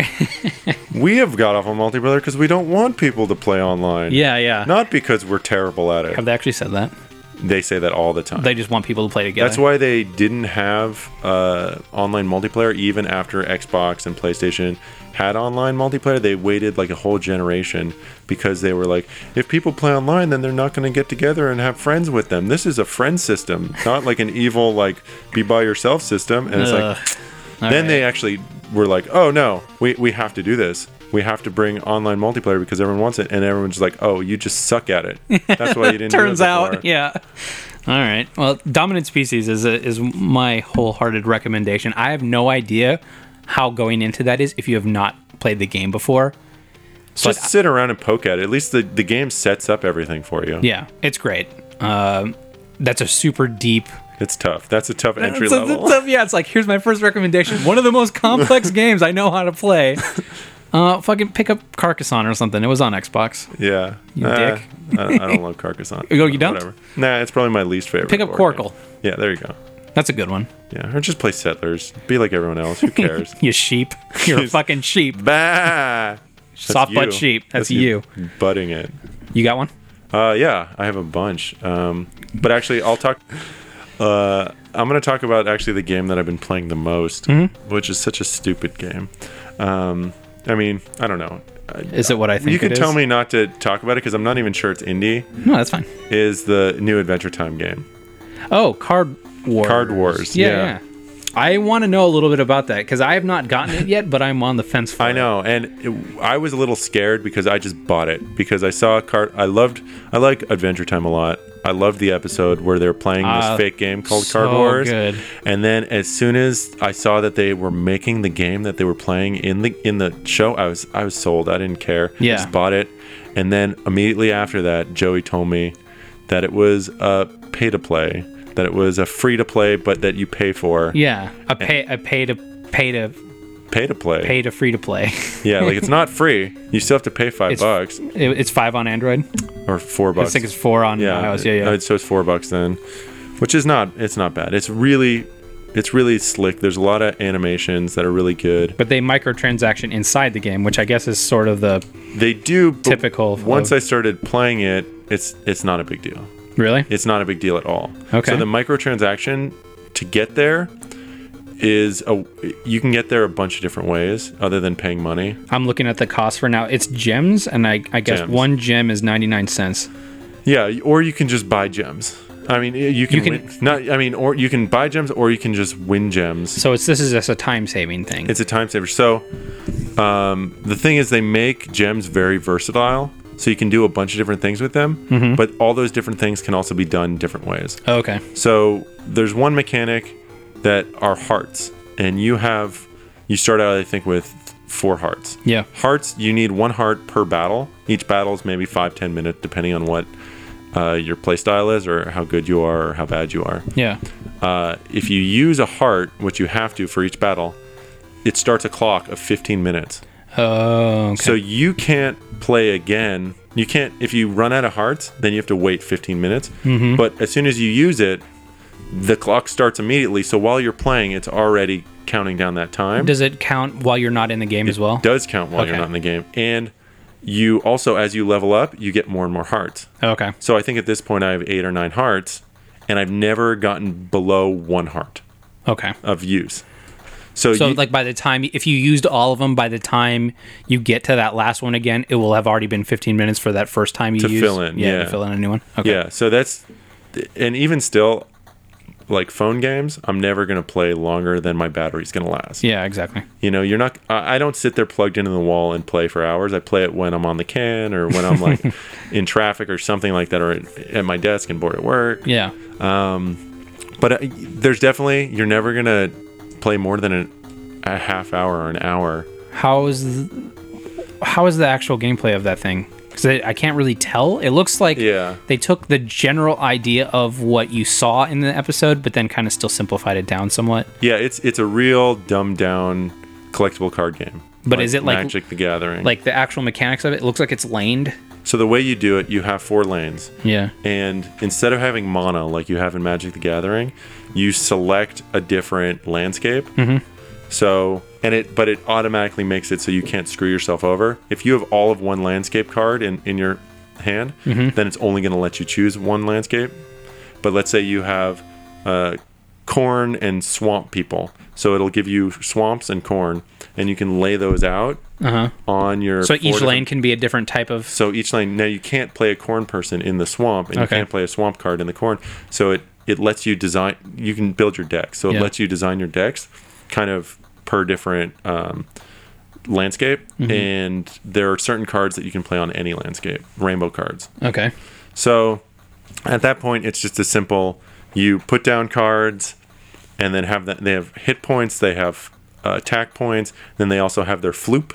we have god awful multiplayer because we don't want people to play online. yeah, yeah. Not because we're terrible at it. Have they actually said that? They say that all the time. They just want people to play together. That's why they didn't have uh, online multiplayer even after Xbox and PlayStation had online multiplayer. They waited like a whole generation because they were like, if people play online, then they're not going to get together and have friends with them. This is a friend system, not like an evil like be by yourself system. And it's Ugh. like, then they actually were like, "Oh no, we we have to do this. We have to bring online multiplayer because everyone wants it." And everyone's like, "Oh, you just suck at it. That's why you didn't." do it Turns out, before." yeah. All right. Well, Dominant Species is a, is my wholehearted recommendation. I have no idea how going into that is if you have not played the game before. just sit around and poke at it. At least the the game sets up everything for you. Yeah, it's great. Um, that's a super deep It's tough. That's a tough entry So- level. so- yeah, it's like here's my first recommendation. One of the most complex games I know how to play. Uh, fucking pick up Carcassonne or something. It was on Xbox. Yeah. You dick. I, I don't love Carcassonne. Oh, you don't? Whatever. Nah, it's probably my least favorite. Pick up board game. Quarkle. Yeah, there you go. That's a good one. Yeah, or just play Settlers. Be like everyone else. Who cares? You sheep. You're a fucking sheep. bah! That's Soft butt you. sheep. That's, you. you Butting it. You got one? Uh, yeah, I have a bunch. Um, but actually, I'll talk. Uh, I'm going to talk about actually the game that I've been playing the most, Mm-hmm. which is such a stupid game. Um, I mean, I don't know. Is it what I think? You can it is? tell me not to talk about it because I'm not even sure it's indie. No, that's fine. Is the new Adventure Time game? Oh, Card Wars. Card Wars, Yeah. yeah. yeah. I want to know a little bit about that because I have not gotten it yet, but I'm on the fence for I it. know, and it, I was a little scared because I just bought it because I saw a card. I loved, I like Adventure Time a lot. I loved the episode where they're playing this Ah, fake game called so Card Wars. good. And then as soon as I saw that they were making the game that they were playing in the in the show, I was I was sold. I didn't care. Yeah. I just bought it. And then immediately after that, Joey told me that it was a pay to play, that it was a free to play, but that you pay for. Yeah. A pay, a pay to pay to Pay to play. pay to free to play. Yeah, like it's not free. You still have to pay five It's- bucks It- it's five on Android. or four I bucks. think it's four on iOS. Yeah, yeah. Uh, So it's four bucks then, which is not. It's not bad. It's really, it's really slick. There's a lot of animations that are really good. but they microtransaction inside the game, which I guess is sort of the They do but Typical of- Once I started playing it, it's it's not a big deal. really. It's not a big deal at all. Okay. So the microtransaction to get there is a you can get there a bunch of different ways other than paying money. I'm looking at the cost for now. It's gems, and I, I guess Gems. one gem is 99 cents. Yeah, or you can just buy gems. I mean, you can, You can- win, not. I mean, or you can buy gems, or you can just win gems. So it's this is just a time saving thing. It's a time saver. So, um, the thing is, they make gems very versatile. So you can do a bunch of different things with them, but all those different things can also be done different ways. okay. So there's one mechanic that are hearts, and you have you start out I think with four hearts. Yeah. Hearts you need one heart per battle. Each battle is maybe five ten minutes depending on what uh, your playstyle is or how good you are or how bad you are. Yeah. Uh, if you use a heart, which you have to for each battle, it starts a clock of 15 minutes. Oh. Okay. So you can't play again. You can't if you run out of hearts, then you have to wait 15 minutes. Mm-hmm. But as soon as you use it, the clock starts immediately. So while you're playing, it's already counting down that time. Does it count while you're not in the game as well? does count while you're Okay. not in the game. And you also as you level up, you get more and more hearts. Okay. So I think at this point I have 8 or 9 hearts and I've never gotten below 1 heart Okay. of use. So, So you, like by the time if you used all of them by the time you get to that last one again, it will have already been 15 minutes for that first time you To used. fill in, yeah. To fill in a new one. Okay. yeah so that's and even still like phone games i'm never going to play longer than my battery's going to last Yeah. Exactly. you know you're not i I don't sit there plugged into the wall and play for hours i play it when i'm on the can or when i'm like in traffic or something like that or at, at my desk and bored at work Yeah. but uh, there's definitely you're never going to play more than a, a half hour or an hour How is th- how is the actual gameplay of that thing? Because I, I can't really tell. It looks like Yeah. they took the general idea of what you saw in the episode, but then kind of still simplified it down somewhat. yeah it's it's a real dumbed down collectible card game But is it like- magic the gathering Like the actual mechanics of it, it looks like it's laned. so the way you do it you have four lanes Yeah. and instead of having mono like you have in Magic the Gathering, you select a different landscape. Mm-hmm. So and it but it automatically makes it so you can't screw yourself over. If you have all of one landscape card in in your hand, Mm-hmm. then it's only going to let you choose one landscape. But let's say you have uh, corn and swamp people, so it'll give you swamps and corn, and you can lay those out on your. Uh-huh. So four each different lane can be a different type of. so each lane now you can't play a corn person in the swamp and Okay. you can't play a swamp card in the corn. So it it lets you design you can build your deck. So it Yeah. lets you design your decks kind of per different um, landscape, Mm-hmm. and there are certain cards that you can play on any landscape, rainbow cards. Okay. So at that point, it's just a simple you put down cards, and then have that they have hit points, they have uh, attack points, then they also have their floop,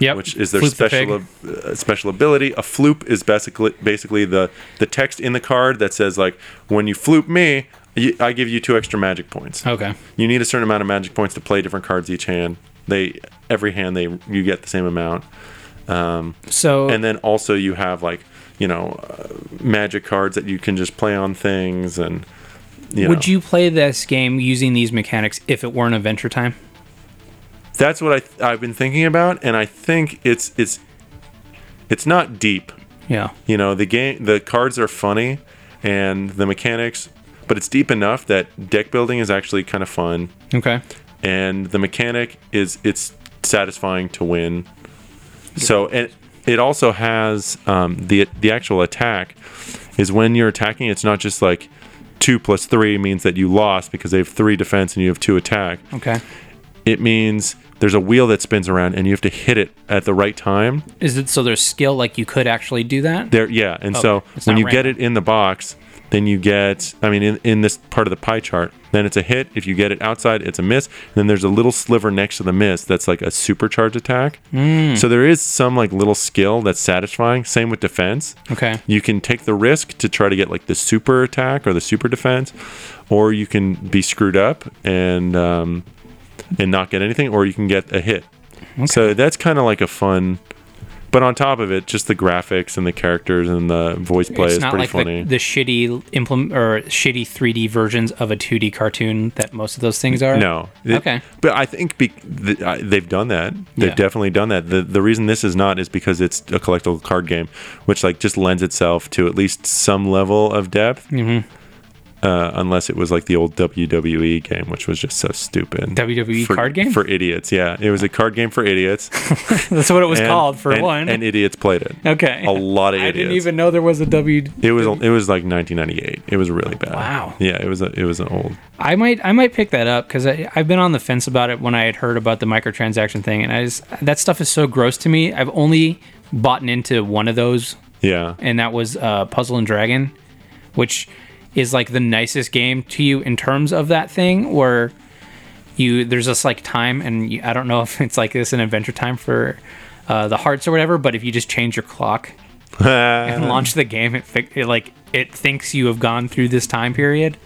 Yep. which is their Uh, Flute the special pig. ab- uh, special ability. A floop is basically basically the the text in the card that says like when you floop me, you, I give you two extra magic points. Okay. You need a certain amount of magic points to play different cards each hand. They every hand they you get the same amount, So and then also you have like you know uh, magic cards that you can just play on things and you know. Would you play this game using these mechanics if it weren't Adventure Time? that's what I th- I've been thinking about, and I think it's it's it's not deep. Yeah. You know, the game, the cards are funny, and the mechanics, but it's deep enough that deck building is actually kind of fun, Okay. and the mechanic is it's satisfying to win. So and it also has um, the the actual attack is when you're attacking. It's not just like two plus three means that you lost because they have three defense and you have two attack Okay. it means there's a wheel that spins around and you have to hit it at the right time is it so there's skill like you could actually do that? there yeah and so Oh, it's when not you get it in the box then you get i mean in, in this part of the pie chart then it's a hit if you get it outside it's a miss and then there's a little sliver next to the miss that's like a supercharge attack Hmm. so there is some like little skill that's satisfying same with defense Okay. you can take the risk to try to get like the super attack or the super defense or you can be screwed up and um, and not get anything or you can get a hit so that's kind of like a fun but on top of it just the graphics and the characters and the voice play it's is not pretty like funny the, the shitty implement or shitty 3D versions of a 2D cartoon that most of those things are. no It- Okay. but i think be, th- I, they've done that they've Yeah. definitely done that the, the reason this is not is because it's a collectible card game which like just lends itself to at least some level of depth Mhm. uh, unless it was like the old WWE game, which was just so stupid. WWE for, E card game? for idiots. Yeah, it was a card game for idiots. That's what it was called for and, one. and idiots played it. okay. A lot of I idiots. didn't even know there was a W. It was it was like 1998. It was really bad. Wow. Yeah, it was a, it was an old. I might I might pick that up because I've been on the fence about it when I had heard about the microtransaction thing, and I just that stuff is so gross to me. I've only bought into one of those Yeah. and that was uh, Puzzle and Dragon, which is like the nicest game to you in terms of that thing where you there's this like time and you, I don't know if it's like this in Adventure Time for uh, the hearts or whatever, but if you just change your clock and launch the game, it, fi- it like it thinks you have gone through this time period.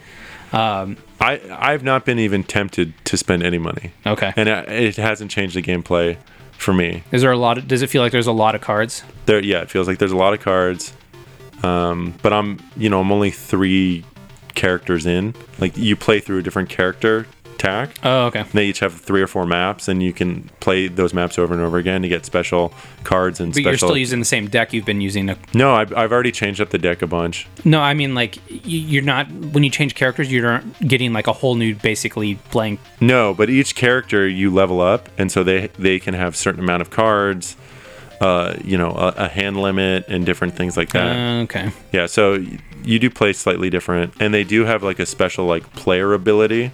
I I've not been even tempted to spend any money, Okay. and I, it hasn't changed the gameplay for me. Is there a lot? Of, does it feel like there's a lot of cards? there yeah it feels like there's a lot of cards um but i'm you know i'm only three characters in like you play through a different character tack Oh, okay. they each have three or four maps and you can play those maps over and over again to get special cards and But special you're still using the same deck you've been using. A, no I've, I've already changed up the deck a bunch no, I mean like y- you're not when you change characters, you're not getting like a whole new basically blank no but each character you level up and so they they can have certain amount of cards uh you know a, a hand limit and different things like that Uh, Okay. Yeah, so y- you do play slightly different, and they do have like a special like player ability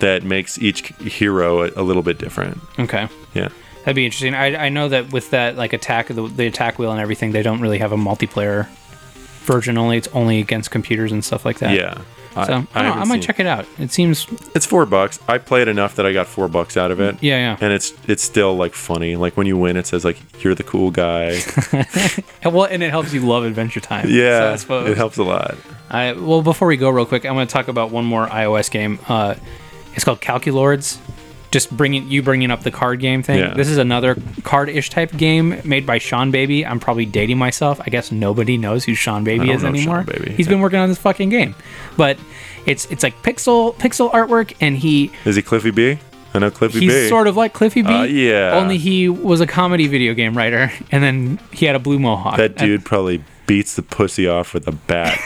that makes each c- hero a, a little bit different. Okay. Yeah, That'd be interesting. I, I know that with that like attack the, the attack wheel and everything, they don't really have a multiplayer version only. It's only against computers and stuff like that. yeah. I, So I, don't know, I haven't might seen check it out. It seems It's four bucks. I played enough that I got four bucks out of it. Yeah, yeah. And it's it's still like funny. Like when you win, it says like you're the cool guy. well, and it helps you love Adventure Time. So yeah, I suppose. it helps a lot. I, well, before we go, real quick, I'm going to talk about one more iOS game. Uh, it's called Calculords. Just bringing you bringing up the card game thing. Yeah. This is another card-ish type game made by Sean Baby. I'm probably dating myself. I guess nobody knows who Sean Baby don't is know Sean anymore. Baby, He's yeah. been working on this fucking game, but it's it's like pixel pixel artwork, and he Is he Cliffy B? I know Cliffy he's B. sort of like Cliffy B. Uh, yeah. Only he was a comedy video game writer, and then he had a blue mohawk. Uh, that dude probably beats the pussy off with a bat.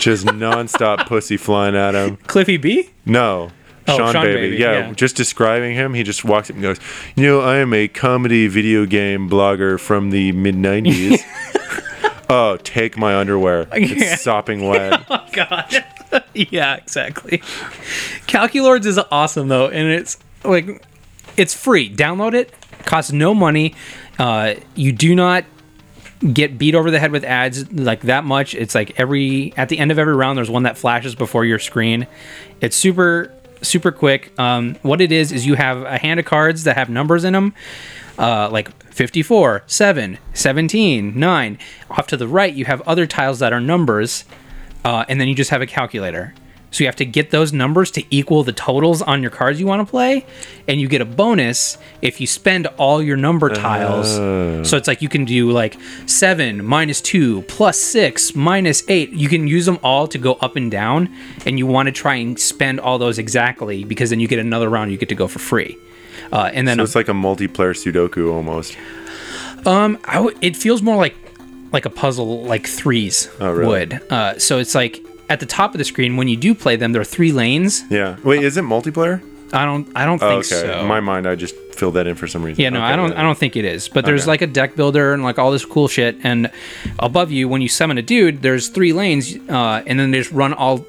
Just nonstop pussy flying at him. Cliffy B. No. Oh, Sean, Sean Baby. Baby, Yeah, yeah. just describing him, he just walks up and goes, You know, I am a comedy video game blogger from the mid 90s. oh, take my underwear. Yeah. It's sopping wet. God. yeah, exactly. Calculords is awesome though, and it's like it's free. Download it. Costs no money. Uh, you do not get beat over the head with ads like that much. It's like every at the end of every round, there's one that flashes before your screen. It's super super quick. Um, what it is is you have a hand of cards that have numbers in them, uh, like 54, 7, 17, 9. Off to the right, you have other tiles that are numbers, uh, and then you just have a calculator. So you have to get those numbers to equal the totals on your cards you want to play, and you get a bonus if you spend all your number tiles. Oh. So it's like you can do like seven minus two plus six minus eight. You can use them all to go up and down, and you want to try and spend all those exactly because then you get another round you get to go for free. Uh, and then So it's like a multiplayer Sudoku almost. I w- it feels more like like a puzzle like threes Oh, really? would. Uh, so it's like at the top of the screen when you do play them, there are three lanes. Yeah. Wait, is it multiplayer? I don't I don't Oh, think okay. so. In my mind, I just filled that in for some reason. yeah, no, Okay, I don't. yeah. I don't think it is. But there's Okay. like a deck builder and like all this cool shit. And above you, when you summon a dude, there's three lanes, uh, and then they just run all.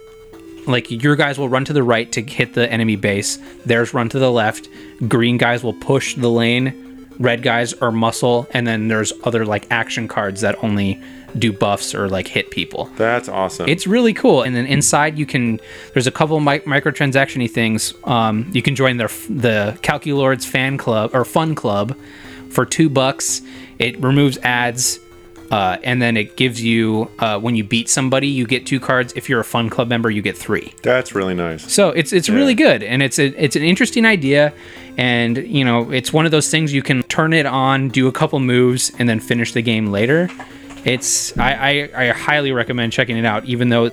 Like your guys will run to the right to hit the enemy base. Theirs run to the left. Green guys will push the lane. Red guys are muscle, and then there's other like action cards that only do buffs or like hit people. That's awesome. It's really cool. And then inside you can there's a couple mi- microtransaction-y things. Um, you can join their f- the Calculords fan club or fun club for two bucks. It removes ads. Uh, and then it gives you uh, when you beat somebody, you get two cards. If you're a fun club member, you get three. That's really nice. So it's it's really good, and it's a, it's an interesting idea, and you know it's one of those things you can turn it on, do a couple moves, and then finish the game later. It's I I, I highly recommend checking it out, even though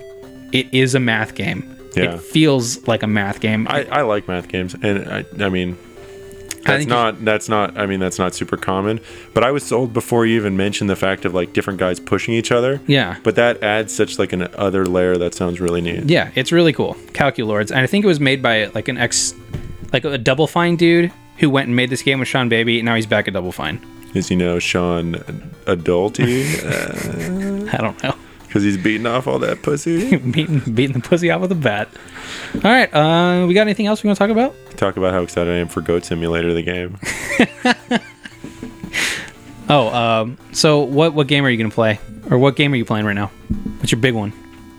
it is a math game. Yeah. It feels like a math game. I, I like math games, and I, I mean, that's think not that's not I mean that's not super common. But I was sold before you even mentioned the fact of like different guys pushing each other. Yeah. But that adds such like an other layer that sounds really neat. yeah, it's really cool. Calculords, and I think it was made by like an ex, like a Double Fine dude who went and made this game with Sean Baby. And now he's back at Double Fine. Is you know Sean adulty I don't know. because he's beating off all that pussy. beating, beating the pussy out with a bat. All right, uh, we got anything else we want to talk about? Talk about how excited I am for Goat Simulator, the game. Oh, um, so what what game are you gonna play, or what game are you playing right now? What's your big one?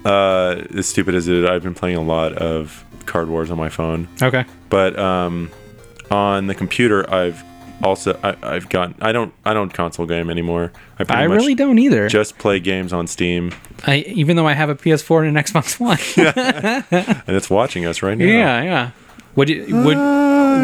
Uh, as stupid as it is, I've been playing a lot of Card Wars on my phone. Okay. but um, on the computer I've also I, I've gotten I don't I don't console game anymore. I, pretty I much really don't either. just play games on Steam, I even though I have a PS4 and an Xbox One. and it's watching us right now. yeah, yeah. Would you would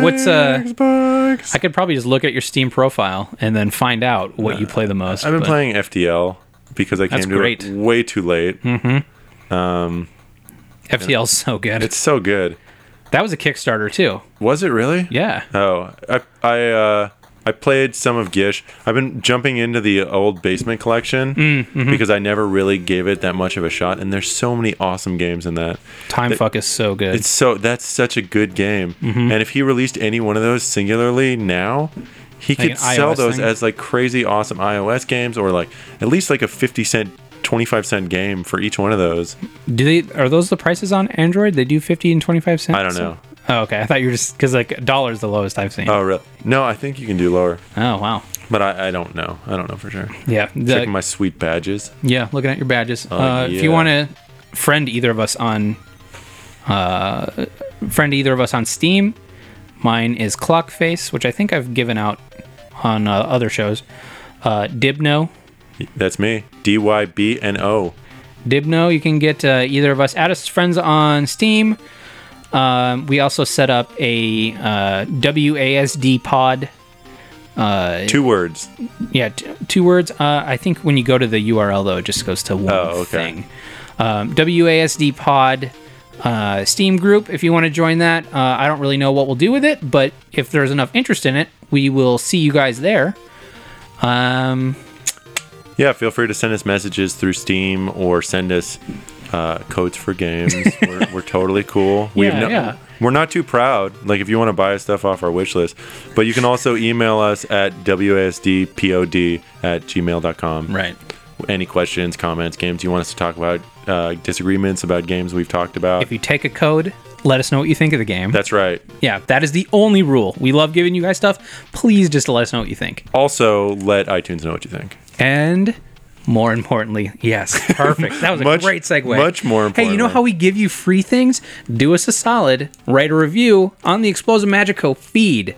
what's uh? Xbox. I could probably just look at your Steam profile and then find out what you play the most. I've been but- playing FDL because I came That's to great. Hmm. it way too late. FTL's so good. It's so good. that was a Kickstarter too. Was it really? Yeah. Oh, I I uh, I played some of Gish. I've been jumping into the old Basement Collection Mm, mm-hmm. because I never really gave it that much of a shot, and there's so many awesome games in that. Time fuck is so good. It's so that's such a good game. Mm-hmm. And if he released any one of those singularly now, he Like could an sell iOS those thing? as like crazy awesome iOS games or like at least like a 50 cent 25 cent game for each one of those. do they are those the prices on Android? They do fifty and twenty five cents. I don't know. Oh, okay. I thought you were just because like a dollar's the lowest I've seen. Oh, really? No, I think you can do lower, oh wow. but I, I don't know. I don't know for sure. Yeah. the- Checking my sweet badges. Yeah, looking at your badges. uh, If you yeah. want to friend either of us on, uh, friend either of us on Steam, mine is Clockface, which I think I've given out on uh, other shows. Uh, Dibno, That's me. D Y B N O. Dibno, you can get uh, either of us add us as friends on Steam. Um, we also set up a uh, WASD pod. Two words. Yeah, t- two words. Uh, I think when you go to the URL though, it just goes to one Oh, okay. thing. Um, WASD Pod uh, Steam group. If you want to join that, uh, I don't really know what we'll do with it, but if there's enough interest in it, we will see you guys there. Um, Yeah, feel free to send us messages through Steam or send us uh, codes for games. we're, we're totally cool. We Yeah, have no, yeah. We're not too proud. Like, if you want to buy us stuff off our wish list, but you can also email us at wasdpod at gmail.com. right. Any questions, comments, games you want us to talk about, uh, disagreements about games we've talked about. If you take a code let us know what you think of the game. That's right. yeah, that is the only rule. We love giving you guys stuff. Please just let us know what you think. Also, let iTunes know what you think. And more importantly, yes, perfect. That was a Much- great segue. much more Hey, you know importantly. how we give you free things? Do us a solid, write a review on the Explosive Magico feed.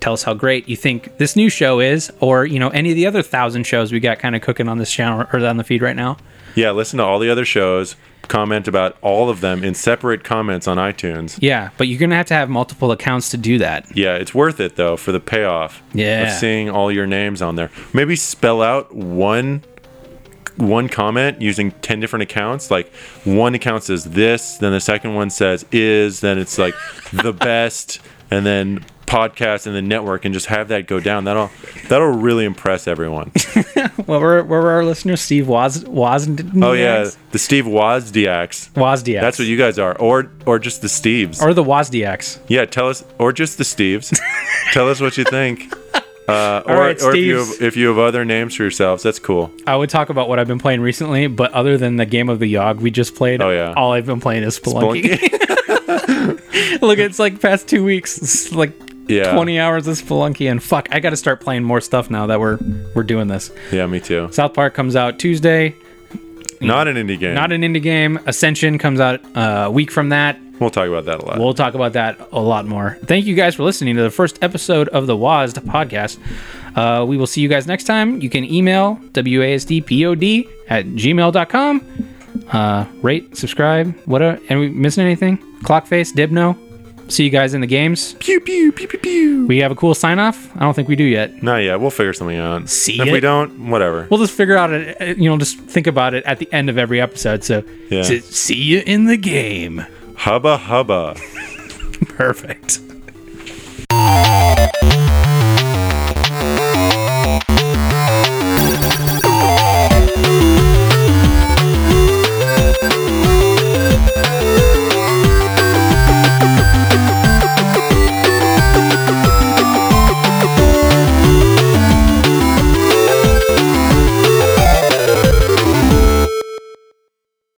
Tell us how great you think this new show is, or you know any of the other thousand shows we got kind of cooking on this channel or on the feed right now. Yeah, listen to all the other shows. Comment about all of them in separate comments on iTunes. Yeah, but you're gonna have to have multiple accounts to do that. Yeah, it's worth it though for the payoff Yeah. of seeing all your names on there. Maybe spell out one one comment using 10 different accounts. Like one account says this, then the second one says is, then it's like the best and then podcast and then network and just have that go down. That'll that'll really impress everyone. Well, we're, we're our listener Steve Woz Woz. Oh yeah, the Steve Wozdiaks. Wozdiacs. That's what you guys are or or just the Steves. or the Wozdiacs. Yeah, tell us, or just the Steves. tell us what you think. Uh, or right, or if, you Steves. have, if you have other names for yourselves, that's cool. I would talk about what I've been playing recently, but other than the game of the Yog we just played, Oh, yeah. all I've been playing is Spelunky. Spelunky. Look, it's like past two weeks, it's like Yeah. 20 hours of Spelunky, and fuck, I got to start playing more stuff now that we're we're doing this. yeah, me too. South Park comes out Tuesday, Not an indie game. not an indie game. Ascension comes out uh, a week from that. we'll talk about that a lot. We'll talk about that a lot more. Thank you guys for listening to the first episode of the WASD podcast. Uh, we will see you guys next time. You can email WASDPOD at gmail.com. Uh, rate, subscribe, what a, and we missing anything? Clockface, Dibno. See you guys in the games. pew pew pew pew pew. We have a cool sign off. I don't think we do yet. Not yet. We'll figure something out. See if it? we don't, whatever. We'll just figure out it, uh, you know, just think about it at the end of every episode. So, Yeah. so see you in the game. Hubba hubba. Perfect.